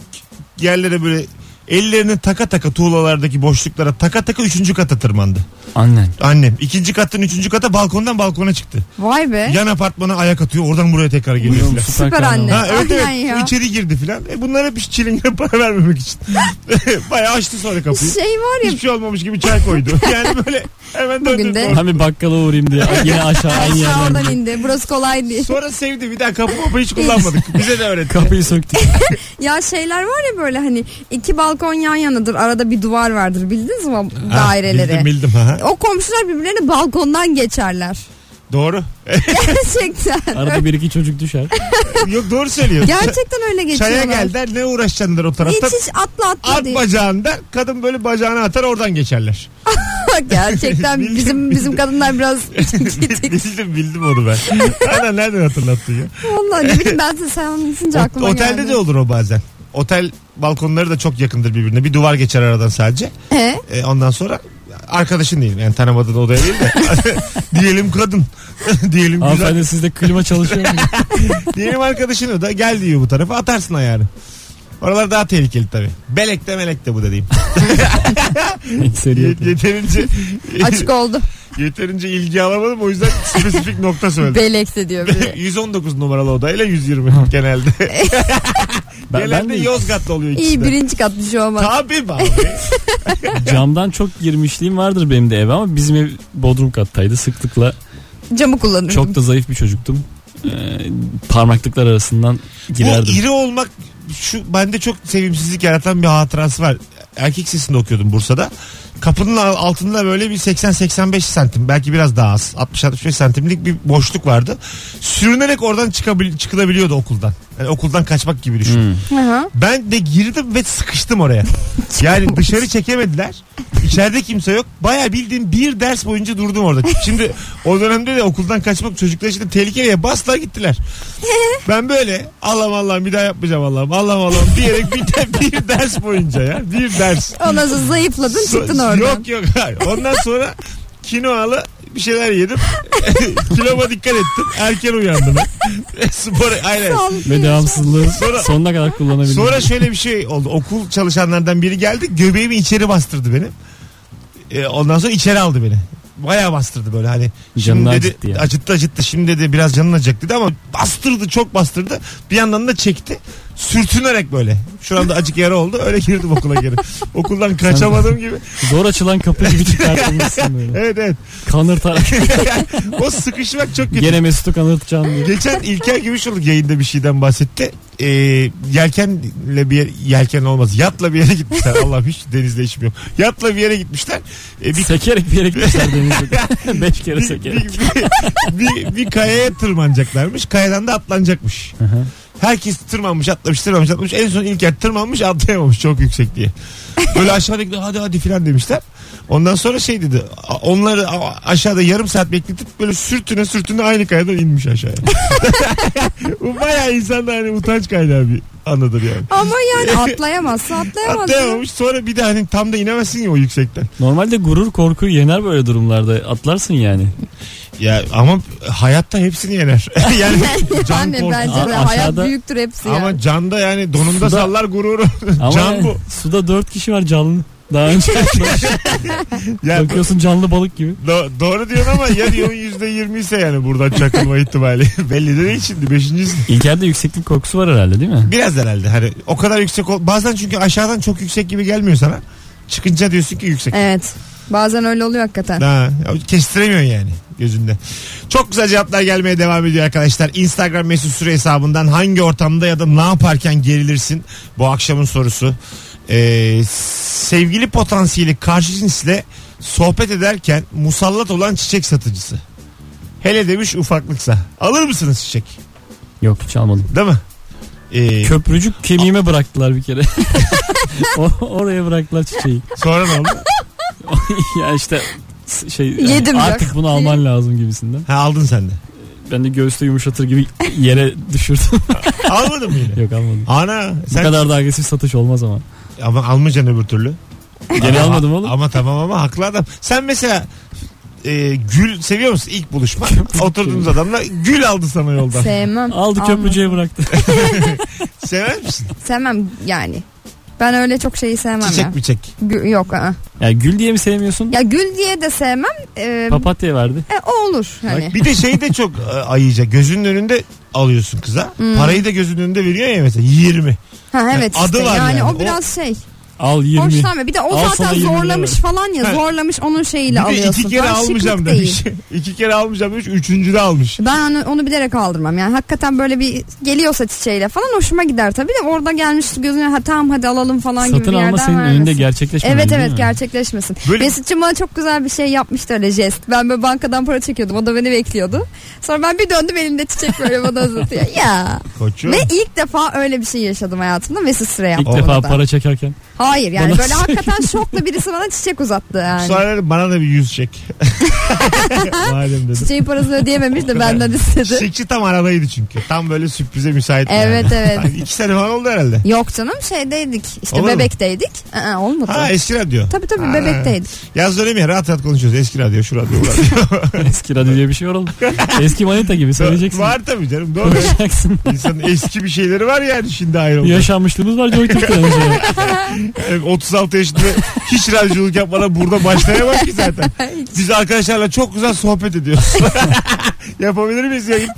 Speaker 2: yerlere böyle ellerini taka taka tuğlalardaki boşluklara taka taka üçüncü kata tırmandı.
Speaker 4: Annen.
Speaker 2: Annem. ikinci kattan üçüncü kata balkondan balkona çıktı.
Speaker 3: Vay be.
Speaker 2: Yan apartmana ayak atıyor oradan buraya tekrar geliyor
Speaker 4: Biliyor
Speaker 2: filan.
Speaker 4: musun?
Speaker 3: Süper
Speaker 4: kahraman.
Speaker 3: anne.
Speaker 2: Ha, evet
Speaker 3: Aynen
Speaker 2: evet.
Speaker 3: ya.
Speaker 2: İçeri girdi filan. E bunlar hep iş çilingire para vermemek için. Bayağı açtı sonra kapıyı.
Speaker 3: Şey var ya
Speaker 2: Hiçbir şey olmamış gibi çay koydu. Yani böyle hemen
Speaker 3: Bugün
Speaker 2: döndü.
Speaker 3: de-
Speaker 2: sonra.
Speaker 4: Hem bir bakkala uğrayayım diye yine aşağı aynı
Speaker 3: aşağı
Speaker 4: yerden.
Speaker 3: oradan indi. Burası kolay diye.
Speaker 2: Sonra sevdi bir daha kapı kapı hiç kullanmadık. Bize de öğretti.
Speaker 4: Kapıyı söktü.
Speaker 3: Ya şeyler var ya böyle hani iki balkon yan yanadır. Arada bir duvar vardır. Bildiniz mi o daireleri?
Speaker 2: Bildim bildim. Ha.
Speaker 3: O komşular birbirlerini balkondan geçerler.
Speaker 2: Doğru.
Speaker 3: Gerçekten.
Speaker 4: Arada bir iki çocuk düşer.
Speaker 2: E, Yok doğru söylüyorsun.
Speaker 3: Gerçekten öyle geçiyorlar.
Speaker 2: Çaya gel der ne uğraşacaksın der o tarafta.
Speaker 3: Hiç hiç atla atla
Speaker 2: At
Speaker 3: diye.
Speaker 2: bacağında kadın böyle bacağını atar oradan geçerler.
Speaker 3: Gerçekten
Speaker 2: Bildim,
Speaker 3: bizim bizim kadınlar biraz
Speaker 2: bildim bildim onu ben. Ana nereden hatırlattın ya?
Speaker 3: Vallahi ne bileyim ben sen anlatınca aklıma
Speaker 2: Otelde
Speaker 3: geldi.
Speaker 2: de olur o bazen. Otel balkonları da çok yakındır birbirine. Bir duvar geçer aradan sadece.
Speaker 3: He?
Speaker 2: E, ondan sonra arkadaşın değil. Yani tanımadığın odaya değil de. diyelim kadın. diyelim güzel.
Speaker 4: Hanımefendi sizde klima çalışıyor mu?
Speaker 2: diyelim arkadaşın o da gel diyor bu tarafa atarsın ayağını. Oralar daha tehlikeli tabii. Belek de melek de bu dediğim.
Speaker 4: Seri
Speaker 2: Ye- yeterince
Speaker 3: Açık oldu.
Speaker 2: yeterince ilgi alamadım o yüzden spesifik nokta söyledim.
Speaker 3: Belekse diyor bir de.
Speaker 2: 119 numaralı odayla 120 genelde.
Speaker 4: Ben, ben
Speaker 2: Genelde
Speaker 4: de
Speaker 2: Yozgat'ta oluyor ikisi
Speaker 3: İyi
Speaker 2: de.
Speaker 3: birinci kat bir şey olmaz.
Speaker 2: Tabii be abi.
Speaker 4: camdan çok girmişliğim vardır benim de eve ama bizim ev bodrum kattaydı sıklıkla.
Speaker 3: Camı kullanırdım.
Speaker 4: Çok da zayıf bir çocuktum. Ee, parmaklıklar arasından
Speaker 2: Bu
Speaker 4: girerdim.
Speaker 2: iri olmak şu bende çok sevimsizlik yaratan bir hatırası var. Erkek sesinde okuyordum Bursa'da. Kapının al- altında böyle bir 80-85 santim belki biraz daha az 60-65 santimlik bir boşluk vardı. Sürünerek oradan çıkabil- çıkılabiliyordu okuldan. Yani okuldan kaçmak gibi düşün.
Speaker 4: Hmm.
Speaker 3: Aha.
Speaker 2: Ben de girdim ve sıkıştım oraya. yani dışarı çekemediler. İçeride kimse yok. Baya bildiğim bir ders boyunca durdum orada. Şimdi o dönemde de okuldan kaçmak çocuklar için de tehlikeli ya. Bastılar gittiler. Ben böyle Allah'ım Allah'ım bir daha yapmayacağım Allah'ım Allah'ım Allah'ım diyerek bir, de, bir ders boyunca ya. Bir ders.
Speaker 3: Ondan sonra zayıfladın çıktın
Speaker 2: So-
Speaker 3: oradan.
Speaker 2: Yok yok. hayır. Ondan sonra kinoalı bir şeyler yedim. Kiloma dikkat ettim. Erken uyandım. Spor aynen.
Speaker 3: Sağlıklı
Speaker 4: Ve devamsızlığı
Speaker 2: Sonra-
Speaker 4: sonuna kadar kullanabildim.
Speaker 2: Sonra şöyle bir şey oldu. Okul çalışanlardan biri geldi. Göbeğimi içeri bastırdı benim. Ee, ondan sonra içeri aldı beni. Bayağı bastırdı böyle hani. Şimdi
Speaker 4: Canını
Speaker 2: dedi,
Speaker 4: acıttı yani.
Speaker 2: Acıttı acıttı. Şimdi dedi biraz canın acık dedi ama bastırdı çok bastırdı. Bir yandan da çekti. Sürtünerek böyle. Şu anda acık yara oldu. Öyle girdim okula geri. Okuldan kaçamadığım gibi.
Speaker 4: Zor açılan kapı gibi çıkartılmışsın böyle.
Speaker 2: Evet evet.
Speaker 4: Kanırtarak.
Speaker 2: O sıkışmak çok kötü.
Speaker 4: Gene Mesut'u kanırtacağım diye.
Speaker 2: Geçen İlker Gümüşoluk yayında bir şeyden bahsetti. Ee, yelkenle bir yer, yelken olmaz. Yatla bir yere gitmişler. Allah hiç denizde işim yok. Yatla bir yere gitmişler. Ee, bir,
Speaker 4: Sekerek bir yere gitmişler denizde. Beş kere
Speaker 2: bir,
Speaker 4: sekerek.
Speaker 2: bir, bir- bir- bir kayaya tırmanacaklarmış. Kayadan da atlanacakmış.
Speaker 4: hı.
Speaker 2: Herkes tırmanmış atlamış tırmanmış atlamış. En son İlker tırmanmış atlayamamış çok yüksek diye. Böyle aşağıdaki hadi hadi filan demişler. Ondan sonra şey dedi. a- Onları a- aşağıda yarım saat bekletip böyle sürtüne sürtüne aynı kayadan inmiş aşağıya. Bu bayağı insanda hani utanç kaynağı bir anıdır yani.
Speaker 3: Ama yani atlayamazsa atlayamaz.
Speaker 2: Atlayamamış sonra bir de hani tam da inemezsin ya o yüksekten.
Speaker 4: Normalde gurur korkuyu yener böyle durumlarda. Atlarsın yani.
Speaker 2: Ya ama hayatta hepsini yener. yani can
Speaker 3: Yani
Speaker 2: korkusu.
Speaker 3: bence de
Speaker 4: A-
Speaker 3: hayat
Speaker 4: aşağıda-
Speaker 3: büyüktür hepsi
Speaker 2: Ama
Speaker 3: yani.
Speaker 2: canda yani donunda
Speaker 4: Suda-
Speaker 2: sallar gururu.
Speaker 4: Ama
Speaker 2: Can bu.
Speaker 4: suda dört kişi var canlı. Daha önce
Speaker 2: Ya
Speaker 4: bakıyorsun canlı balık gibi.
Speaker 2: do- doğru diyorsun ama ya diyorsun yüzde yirmi ise yani buradan çakılma ihtimali. Belli de değil şimdi beşincisi.
Speaker 4: İlker'de yükseklik korkusu var herhalde değil mi?
Speaker 2: Biraz herhalde hani o kadar yüksek ol- bazen çünkü aşağıdan çok yüksek gibi gelmiyor sana. Çıkınca diyorsun ki yüksek.
Speaker 3: Evet. Bazen öyle oluyor hakikaten.
Speaker 2: Ha, kestiremiyorsun yani gözünde. Çok güzel cevaplar gelmeye devam ediyor arkadaşlar. Instagram mesut süre hesabından hangi ortamda ya da ne yaparken gerilirsin? Bu akşamın sorusu. Ee, sevgili potansiyeli karşı cinsle sohbet ederken musallat olan çiçek satıcısı. Hele demiş ufaklıksa. Alır mısınız çiçek?
Speaker 4: Yok hiç almadım.
Speaker 2: Değil mi? Ee,
Speaker 4: Köprücük kemiğime bıraktılar bir kere. O- oraya bıraktılar çiçeği.
Speaker 2: sonra ne oldu?
Speaker 4: ya işte s- şey
Speaker 3: Yedim
Speaker 4: artık
Speaker 3: yok.
Speaker 4: bunu alman lazım gibisinden.
Speaker 2: Ha aldın sen de.
Speaker 4: Ben de göğüste yumuşatır gibi yere düşürdüm.
Speaker 2: Almadın mı yine?
Speaker 4: Yok almadım.
Speaker 2: Ana sen
Speaker 4: Bu kadar da agresif satış olmaz ama.
Speaker 2: ama almayacaksın öbür türlü. Ama-
Speaker 4: Gene almadım oğlum.
Speaker 2: Ama tamam ama haklı adam. Sen mesela e, gül seviyor musun ilk buluşma? Oturduğunuz adamla gül aldı sana yoldan.
Speaker 3: Sevmem.
Speaker 4: Aldı
Speaker 3: Almam.
Speaker 4: köprücüye bıraktı.
Speaker 2: Sever misin?
Speaker 3: Sevmem yani. Ben öyle çok şeyi sevmem
Speaker 2: Çiçek
Speaker 3: ya.
Speaker 2: mi çek?
Speaker 3: Gü- yok. ı-ı.
Speaker 4: Ya gül diye mi sevmiyorsun?
Speaker 3: Ya gül diye de sevmem. Ee,
Speaker 4: Papatya verdi.
Speaker 3: e, o olur hani.
Speaker 2: Bir de şey de çok e, ayıca. Gözünün önünde alıyorsun kıza.
Speaker 3: Hmm.
Speaker 2: Parayı da gözünün önünde veriyor ya mesela 20.
Speaker 3: Ha evet
Speaker 2: adı
Speaker 3: işte.
Speaker 2: var
Speaker 3: yani,
Speaker 2: yani.
Speaker 3: o biraz şey.
Speaker 4: Al 20.
Speaker 3: Hoşlanmıyor. Bir de o
Speaker 4: Al sana
Speaker 3: zaten
Speaker 4: 20 lira
Speaker 3: zorlamış
Speaker 4: ver.
Speaker 3: falan ya.
Speaker 2: Ha.
Speaker 3: Zorlamış onun
Speaker 2: Bir
Speaker 3: şeyiyle
Speaker 2: de
Speaker 3: alıyorsun.
Speaker 2: iki kere
Speaker 3: falan. Şıklık
Speaker 2: almayacağım
Speaker 3: değil.
Speaker 2: demiş. iki kere almayacağım demiş. Üçüncü de almış.
Speaker 3: Ben onu, onu bilerek aldırmam. Yani hakikaten böyle bir geliyorsa çiçeğiyle falan hoşuma gider tabii de orada gelmiş gözüne ha, tamam hadi alalım falan gibi
Speaker 4: Satın
Speaker 3: bir yerden
Speaker 4: alma senin
Speaker 3: vermesin.
Speaker 4: önünde gerçekleşmedi.
Speaker 3: Evet evet gerçekleşmesin.
Speaker 2: Böyle-
Speaker 3: Mesut'cum bana çok güzel bir şey yapmıştı öyle jest. Ben böyle bankadan para çekiyordum. O da beni bekliyordu. Sonra ben bir döndüm elimde çiçek böyle bana uzatıyor. Ya.
Speaker 2: Koçum.
Speaker 3: Ve ilk defa öyle bir şey yaşadım hayatımda. Mesut Süre yaptı.
Speaker 4: İlk
Speaker 3: bunu
Speaker 4: defa
Speaker 3: da.
Speaker 4: para çekerken.
Speaker 3: Hayır yani
Speaker 4: Bana-
Speaker 3: böyle hakikaten şokla birisi bana çiçek uzattı yani.
Speaker 2: Sonra bana da bir yüz çek. Madem dedim.
Speaker 3: Çiçeğin parasını ödeyememiş de benden istedi.
Speaker 2: Çiçekçi tam aradaydı çünkü. Tam böyle sürprize müsait.
Speaker 3: Evet, evet.
Speaker 2: Hani iki sene falan oldu herhalde.
Speaker 3: Yok canım şeydeydik işte
Speaker 2: Olur mu?
Speaker 3: bebekteydik. Aa, olmadı.
Speaker 2: Ha eski radyo.
Speaker 3: Tabii tabii
Speaker 2: Ha.
Speaker 3: bebekteydik.
Speaker 2: Yaz dönemi ya rahat rahat konuşuyoruz. Eski radyo şu radyo bu radyo.
Speaker 4: Eski radyo diye bir şey var oğlum. Eski manita gibi söyleyeceksin.
Speaker 2: Var tabii canım doğru.
Speaker 4: Konuşacaksın.
Speaker 2: İnsanın eski bir şeyleri var yani şimdi
Speaker 4: Bir
Speaker 2: ayrıldı.
Speaker 4: Yaşanmışlığımız var Joy Türk'ten önce.
Speaker 2: Evet, 36 yaşında hiç radyoculuk yapmadan burada başlayamaz ki zaten. Biz arkadaşlarla çok güzel sohbet ediyoruz. Yapabilir miyiz yayın?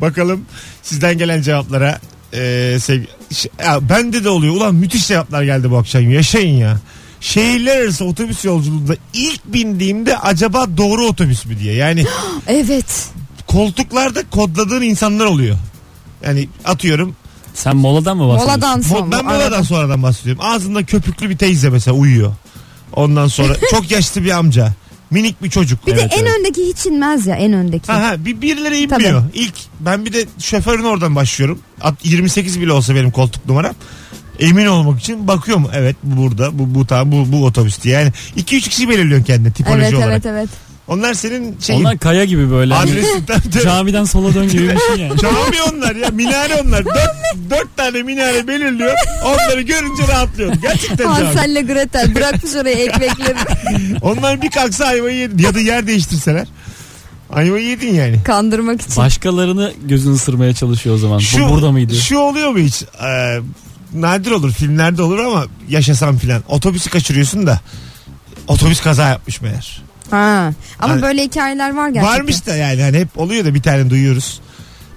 Speaker 2: Bakalım sizden gelen cevaplara. Ee, sevgi... Ş- ya, bende de oluyor. Ulan müthiş cevaplar geldi bu akşam. Yaşayın ya. Şehirler arası otobüs yolculuğunda ilk bindiğimde acaba doğru otobüs mü diye. Yani
Speaker 3: Evet.
Speaker 2: koltuklarda kodladığın insanlar oluyor. Yani atıyorum
Speaker 4: Sen moladan mı bahsediyorsun?
Speaker 3: Moladan sonra.
Speaker 2: Mo- ben moladan sonradan bahsediyorum. Ağzında köpüklü bir teyze mesela uyuyor. Ondan sonra çok yaşlı bir amca. Minik bir çocuk.
Speaker 3: Bir de
Speaker 2: Evet,
Speaker 3: en
Speaker 2: evet.
Speaker 3: öndeki hiç inmez ya en öndeki.
Speaker 2: Ha ha bir birileri inmiyor. İlk ben bir de şoförün oradan başlıyorum. At 28 bile olsa benim koltuk numaram. Emin olmak için bakıyorum evet bu burada bu bu tam bu bu otobüs diye. Yani 2 3 kişi belirliyorsun kendine tipoloji
Speaker 3: evet
Speaker 2: olarak.
Speaker 3: evet evet.
Speaker 2: Onlar senin şeyin.
Speaker 4: Onlar kaya gibi böyle. Hani
Speaker 2: adresin. Tabii, tabii.
Speaker 4: Camiden sola dön gibi bir şey yani.
Speaker 2: Cami onlar ya minare onlar. Dört, dört tane minare belirliyor. Onları görünce rahatlıyorsun. Gerçekten cami.
Speaker 3: Hansel'le Gretel bırakmış oraya ekmekleri.
Speaker 2: Onlar bir kalksa ayvayı yedin. Ya da yer değiştirseler. Ayvayı yedin yani.
Speaker 3: kandırmak için.
Speaker 4: Başkalarını gözünü ısırmaya çalışıyor o zaman. Bu burada mıydı?
Speaker 2: Şu oluyor mu hiç? Ee, nadir olur filmlerde olur ama yaşasam filan. Otobüsü kaçırıyorsun da otobüs kaza yapmış meğer.
Speaker 3: Ha. Ama
Speaker 2: Hani-
Speaker 3: böyle hikayeler var gerçekten.
Speaker 2: Varmış da yani hani hep oluyor da bir tane duyuyoruz.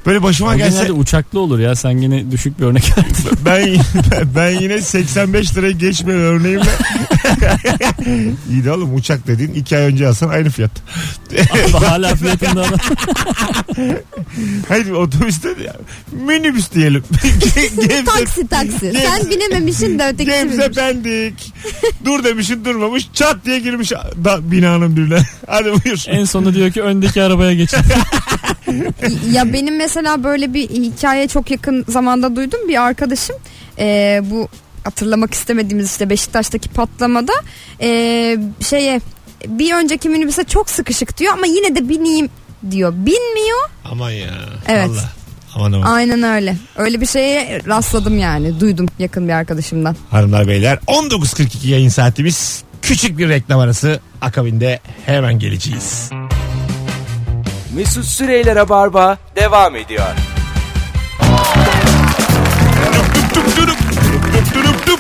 Speaker 2: Böyle başıma
Speaker 4: O
Speaker 2: gelse
Speaker 4: genelde uçaklı olur ya. Sen yine düşük bir örnek verdin.
Speaker 2: ben ben yine 85 liraya geçme örneğimle. İyi de oğlum uçak dediğin 2 ay önce alsan aynı fiyat.
Speaker 4: Hala fiyatında adam.
Speaker 2: Hayır otobüste de ya, minibüs diyelim. Gebze-
Speaker 3: Taksi taksi.
Speaker 2: Gebze-
Speaker 3: Sen binememişsin de öteki
Speaker 2: Gebze bendik. Dur demişin durmamış. Çat diye girmiş da, binanın birine. Hadi buyur.
Speaker 4: En sonunda diyor ki öndeki arabaya geçin.
Speaker 3: Ya benim mesela böyle bir hikaye çok yakın zamanda duydum. Bir arkadaşım eee, bu hatırlamak istemediğimiz işte Beşiktaş'taki patlamada eee, şeye bir önceki minibüse çok sıkışık diyor ama yine de bineyim diyor. Binmiyor.
Speaker 2: Aman ya.
Speaker 3: Evet.
Speaker 2: Allah. Aman aman.
Speaker 3: Aynen öyle. Öyle bir şeye rastladım yani. Duydum yakın bir arkadaşımdan.
Speaker 2: Hanımlar beyler 19.42 yayın saatimiz. Küçük bir reklam arası. Akabinde hemen geleceğiz.
Speaker 1: Mesut Süreyler'e barba devam ediyor.
Speaker 2: Dup durup, dup durup dup.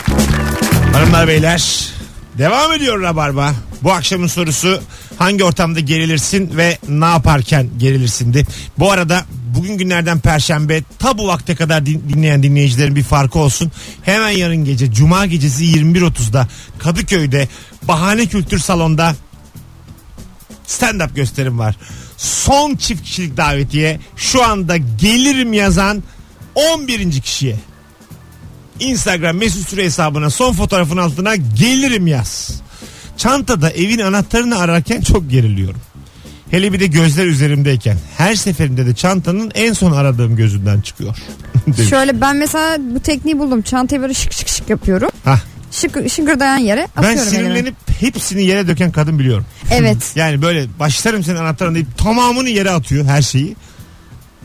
Speaker 2: Hanımlar beyler devam ediyor Rabarba. Bu akşamın sorusu hangi ortamda gerilirsin ve ne yaparken gerilirsin?di Bu arada bugün günlerden perşembe ta bu vakte kadar din- dinleyen dinleyicilerin bir farkı olsun. Hemen yarın gece cuma gecesi 21.30'da Kadıköy'de Bahane Kültür Salon'da stand-up gösterim var. Son çift kişilik davetiye şu anda gelirim yazan 11. kişiye. Instagram mesut süre hesabına son fotoğrafın altına gelirim yaz. Çantada evin anahtarını ararken çok geriliyorum. Hele bir de gözler üzerimdeyken. Her seferinde de çantanın en son aradığım gözünden çıkıyor. Demiş.
Speaker 3: Şöyle ben mesela bu tekniği buldum. Çantayı böyle şık şık şık yapıyorum.
Speaker 2: Hah.
Speaker 3: Şık, şıngırdayan yere
Speaker 2: ben
Speaker 3: atıyorum. elimi.
Speaker 2: sinirlenip hepsini yere döken kadın biliyorum.
Speaker 3: Evet.
Speaker 2: Yani böyle başlarım senin anahtarını deyip tamamını yere atıyor her şeyi.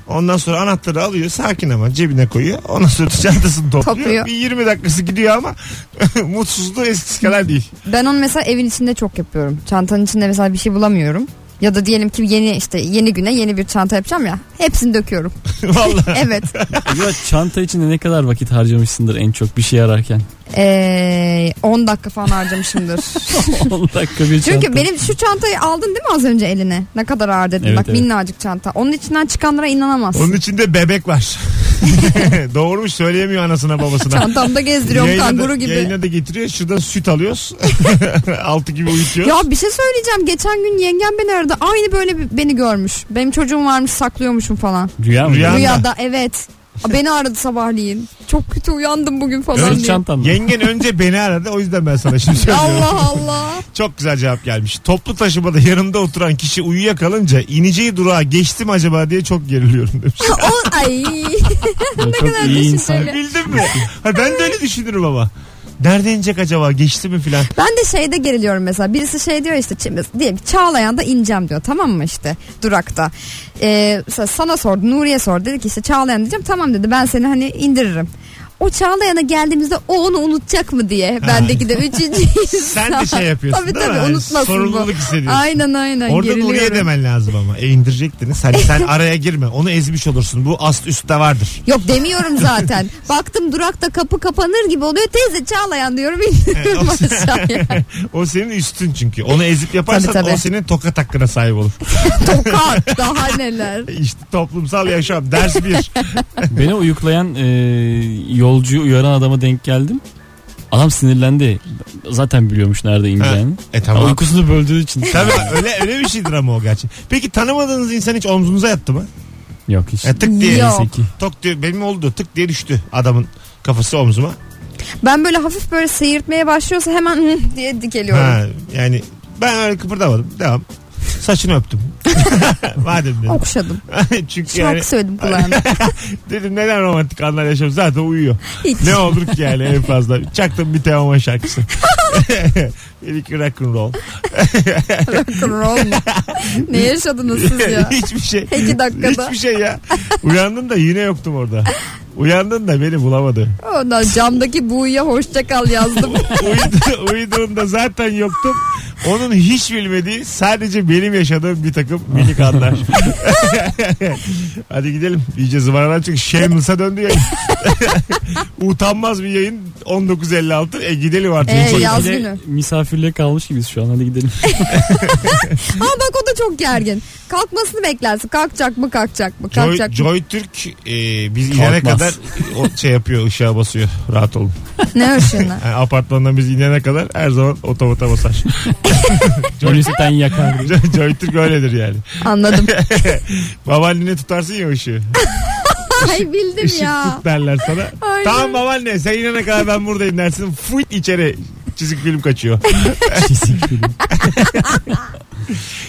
Speaker 2: Ondan sonra anahtarı alıyor sakin ama cebine koyuyor. Ondan sonra çantasını topluyor.
Speaker 3: Topluyor.
Speaker 2: Bir 20 dakikası gidiyor ama mutsuzluğu eskisi kadar değil.
Speaker 3: Ben onu mesela evin içinde çok yapıyorum. Çantanın içinde mesela bir şey bulamıyorum. Ya da diyelim ki yeni işte yeni güne yeni bir çanta yapacağım ya. Hepsini döküyorum.
Speaker 2: Vallahi.
Speaker 3: Evet.
Speaker 4: Acaba çanta içinde ne kadar vakit harcamışsındır en çok bir şey ararken?
Speaker 3: Ee, 10 dakika falan harcamışımdır.
Speaker 4: 10 dakika bir çanta.
Speaker 3: Çünkü benim şu çantayı aldın değil mi az önce eline? Ne kadar ağır dedin.
Speaker 4: Evet,
Speaker 3: Bak
Speaker 4: evet.
Speaker 3: minnacık çanta. Onun içinden çıkanlara inanamazsın.
Speaker 2: Onun içinde bebek var. Doğurmuş söyleyemiyor anasına babasına.
Speaker 3: Çantamda gezdiriyorum
Speaker 2: Yayına da-
Speaker 3: kanguru gibi.
Speaker 2: Yayına da getiriyor. Şurada süt alıyoruz. Altı gibi uyutuyoruz.
Speaker 3: Ya bir şey söyleyeceğim. Geçen gün yengem beni aradı. Aynı böyle bir- beni görmüş. Benim çocuğum varmış saklıyormuşum falan.
Speaker 4: Rüya mı?
Speaker 2: Rüya- Yanda.
Speaker 3: Rüyada evet. Beni aradı sabahleyin. Çok kötü uyandım bugün falan
Speaker 4: Sırt
Speaker 3: diye.
Speaker 4: çantan mı?
Speaker 2: Yengen önce beni aradı. O yüzden ben sana şimdi söylüyorum.
Speaker 3: Allah Allah.
Speaker 2: Çok güzel cevap gelmiş. Toplu taşımada yanımda oturan kişi uyuyakalınca ineceği durağa geçtim acaba diye çok geriliyorum demiş.
Speaker 3: O ay.
Speaker 4: Ya
Speaker 3: kadar
Speaker 4: çok iyi insan.
Speaker 3: düşünceli.
Speaker 2: Bildin mi? Ha, ben de öyle düşünürüm ama. Nerede inecek acaba? Geçti mi filan?
Speaker 3: Ben de şeyde geriliyorum mesela. Birisi şey diyor işte Ç- diyelim ki Çağlayan'da ineceğim diyor. Tamam mı işte durakta. Ee, mesela sana sordu Nuriye sordu. Dedi ki işte Çağlayan diyeceğim. Tamam dedi ben seni hani indiririm. O Çağlayan'a geldiğimizde o onu unutacak mı diye. Bendeki de üçüncü
Speaker 2: Sen de şey yapıyorsun
Speaker 3: Tabii
Speaker 2: değil
Speaker 3: tabii
Speaker 2: mi? Yani
Speaker 3: unutmasın
Speaker 2: Sorumluluk
Speaker 3: bu.
Speaker 2: hissediyorsun.
Speaker 3: Aynen aynen
Speaker 2: Orada
Speaker 3: geriliyorum.
Speaker 2: Nuriye demen lazım ama. E indirecektiniz. Hani sen araya girme. Onu ezmiş olursun. Bu ast üstte vardır.
Speaker 3: Yok demiyorum zaten. Baktım durakta kapı kapanır gibi oluyor. Teyze Çağlayan diyorum indiririm aşağıya.
Speaker 2: O senin üstün çünkü. Onu ezip yaparsan
Speaker 3: Tabii, tabii.
Speaker 2: o senin tokat hakkına sahip olur.
Speaker 3: Tokat daha neler.
Speaker 2: İşte toplumsal yaşam. Ders bir.
Speaker 4: Beni uyuklayan e, yolcuyu uyaran adama denk geldim. Adam sinirlendi. Zaten biliyormuş nerede ineceğini.
Speaker 2: E tamam.
Speaker 4: Uykusunu böldüğü için.
Speaker 2: Tabii öyle öyle bir şeydir ama o gerçi. Peki tanımadığınız insan hiç omzunuza yattı mı?
Speaker 4: Yok hiç.
Speaker 2: E, tık diye.
Speaker 3: Yok.
Speaker 4: Zeki.
Speaker 2: Tok diye benim oldu. Tık diye düştü adamın kafası omzuma.
Speaker 3: Ben böyle hafif böyle seyirtmeye başlıyorsa hemen "Hı" diye dikeliyorum.
Speaker 2: Ha, yani ben öyle kıpırdamadım. Devam. Saçını öptüm. Madem dedim.
Speaker 3: Okşadım.
Speaker 2: Çünkü
Speaker 3: Şarkı
Speaker 2: yani
Speaker 3: söyledim kulağına.
Speaker 2: dedim neden romantik anlar yaşıyorum zaten uyuyor.
Speaker 3: Hiç.
Speaker 2: ne olur ki yani en fazla. Çaktım bir Teoman şarkısı. bir iki rock'n'roll.
Speaker 3: Rock'n'roll mu? ne yaşadınız siz ya?
Speaker 2: Hiçbir şey.
Speaker 3: İki dakikada.
Speaker 2: Hiçbir şey ya. Uyandın da yine yoktum orada. Uyandın da beni bulamadı.
Speaker 3: Ondan camdaki buğuya hoşça kal yazdım.
Speaker 2: Uyudu, uyuduğunda zaten yoktum. Onun hiç bilmediği sadece benim yaşadığım bir takım minik anlar. Hadi gidelim. İyice zıvanadan çünkü Shameless'a döndü yayın. Utanmaz bir yayın. 19.56. E gidelim artık.
Speaker 3: Ee,
Speaker 2: Çok-
Speaker 3: ya- Yaz
Speaker 4: Bir de
Speaker 3: günü.
Speaker 4: Misafirliğe kalmış gibiyiz şu an. Hadi gidelim.
Speaker 3: Ama bak o da çok gergin. Kalkmasını beklersin. Kalkacak mı kalkacak mı?
Speaker 2: Joy,
Speaker 3: Kalkacak mı?
Speaker 2: Joy Türk e, biz inene
Speaker 4: Kalkmaz.
Speaker 2: kadar o şey yapıyor ışığa basıyor. Rahat olun.
Speaker 3: Ne ışığına?
Speaker 2: Yani apartmandan biz inene kadar her zaman otomata basar.
Speaker 4: Polisten yakar.
Speaker 2: Joy- Joy Türk öyledir yani.
Speaker 3: Anladım.
Speaker 2: Babaanneni tutarsın ya ışığı.
Speaker 3: Ay bildim
Speaker 2: Işık
Speaker 3: ya.
Speaker 2: tut derler sana.
Speaker 3: Aynen.
Speaker 2: Tamam babaanne sen inene kadar ben buradayım dersin. Fuyt içeri çizik film kaçıyor.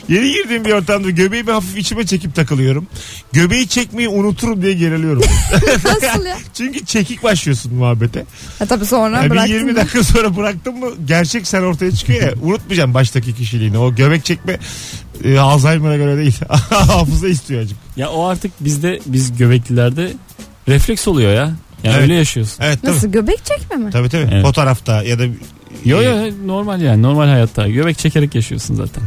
Speaker 2: Yeni girdiğim bir ortamda göbeğimi hafif içime çekip takılıyorum. Göbeği çekmeyi unuturum diye geriliyorum.
Speaker 3: Nasıl ya?
Speaker 2: Çünkü çekik başlıyorsun muhabbete.
Speaker 3: Ha, tabii sonra
Speaker 2: Yani bir
Speaker 3: bıraktın.
Speaker 2: 20
Speaker 3: da.
Speaker 2: dakika sonra bıraktın mı gerçek sen ortaya çıkıyor ya. Unutmayacağım baştaki kişiliğini. O göbek çekme e, Alzheimer'a göre değil. Hafıza istiyor acık.
Speaker 4: Ya o artık bizde biz göbeklilerde refleks oluyor ya. Yani
Speaker 2: Evet.
Speaker 4: öyle yaşıyorsun.
Speaker 2: Evet tabii.
Speaker 3: Nasıl göbek çekme mi?
Speaker 2: Tabii tabii.
Speaker 4: Evet.
Speaker 2: Fotoğrafta ya da
Speaker 4: Yo yo normal yani normal hayatta göbek çekerek yaşıyorsun zaten.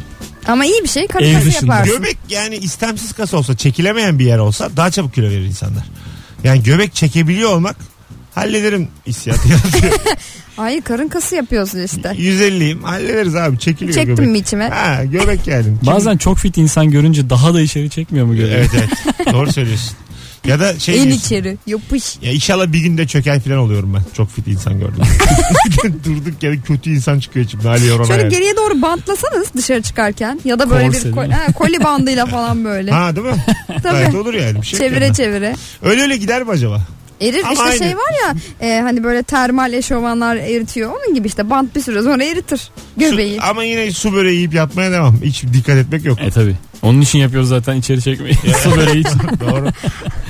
Speaker 3: Ama iyi bir şey.
Speaker 4: Ev
Speaker 3: Karikatür
Speaker 4: dışında.
Speaker 3: yaparsın.
Speaker 2: Göbek yani istemsiz kas olsa çekilemeyen bir yer olsa daha çabuk kilo verir insanlar. Yani göbek çekebiliyor olmak hallederim hissiyatı yaratıyor.
Speaker 3: Ay karın kası yapıyorsun işte.
Speaker 2: 150'yim hallederiz abi çekiliyor
Speaker 3: Çektim
Speaker 2: göbek.
Speaker 3: mi içime?
Speaker 2: Ha göbek yani. Kim-
Speaker 4: Bazen çok fit insan görünce daha da içeri çekmiyor mu göbeği?
Speaker 2: Evet evet doğru söylüyorsun. Ya da şey
Speaker 3: El
Speaker 2: diyorsun,
Speaker 3: içeri. Yapış.
Speaker 2: Ya inşallah bir günde çöker falan oluyorum ben. Çok fit insan gördüm. Durduk yere kötü insan çıkıyor içimde. Ali Yorona
Speaker 3: Şöyle
Speaker 2: yani.
Speaker 3: geriye doğru bantlasanız dışarı çıkarken ya da böyle
Speaker 4: Korse
Speaker 3: bir kol-
Speaker 4: değil mi?
Speaker 3: ha, koli bandıyla falan böyle.
Speaker 2: Ha değil mi? Gayet
Speaker 3: Tabii.
Speaker 2: olur yani. Bir şey yok
Speaker 3: çevire
Speaker 2: yani.
Speaker 3: çevire.
Speaker 2: Öyle öyle gider mi acaba?
Speaker 3: Erir
Speaker 2: Ama
Speaker 3: işte
Speaker 2: aynı.
Speaker 3: şey var ya e, hani böyle termal eşofmanlar eritiyor. Onun gibi işte bant bir süre sonra eritir göbeği.
Speaker 2: Su- ama yine su böreği yiyip yatmaya devam. Hiç dikkat etmek yok.
Speaker 4: E tabi. Onun için yapıyoruz zaten içeri çekmeyi. Su böreği için.
Speaker 2: Doğru.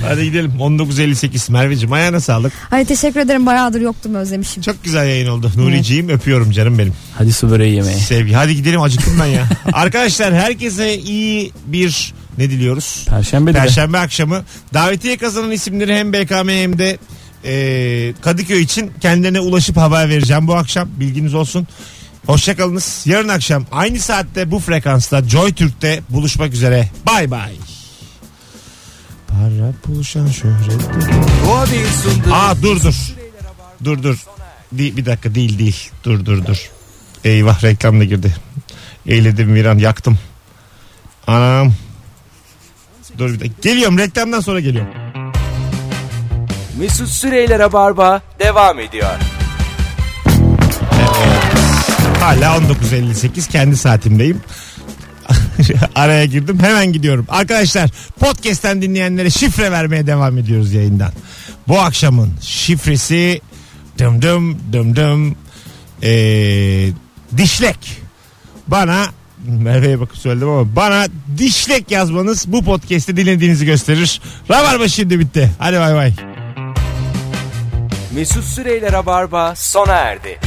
Speaker 2: Hadi gidelim. 19.58 Merveciğim ayağına sağlık.
Speaker 3: Ay teşekkür ederim bayağıdır yoktum özlemişim.
Speaker 2: Çok güzel yayın oldu. Nuri'ciğim öpüyorum canım benim.
Speaker 4: Hadi su böreği yemeye.
Speaker 2: Sevgi. Hadi gidelim acıktım ben ya. Arkadaşlar herkese iyi bir ne diliyoruz?
Speaker 4: Perşembe de.
Speaker 2: Perşembe akşamı davetiye kazanan isimleri hem BKM hem de e, Kadıköy için kendilerine ulaşıp haber vereceğim bu akşam. Bilginiz olsun. Hoşçakalınız. Yarın akşam aynı saatte bu frekansta Joy Türk'te buluşmak üzere. Bay bay. Para buluşan şöhret.
Speaker 1: Robi'nin sunduğu
Speaker 2: Aa dur dur. Dur dur. Di- bir dakika değil değil. Dur dur dur. Eyvah reklam da girdi. Eyledim viran yaktım. Anam. Dur bir dakika. Geliyorum reklamdan sonra geliyorum.
Speaker 1: Mesut Süreyler'e barba devam ediyor.
Speaker 2: Hala 19.58 kendi saatimdeyim. Araya girdim hemen gidiyorum. Arkadaşlar podcast'ten dinleyenlere şifre vermeye devam ediyoruz yayından. Bu akşamın şifresi dım dım dım dım ee, dişlek. Bana Merve'ye bakıp söyledim ama bana dişlek yazmanız bu podcast'i dinlediğinizi gösterir. Rabarba şimdi bitti. Hadi bay bay.
Speaker 1: Mesut Süreyler'e barba sona erdi.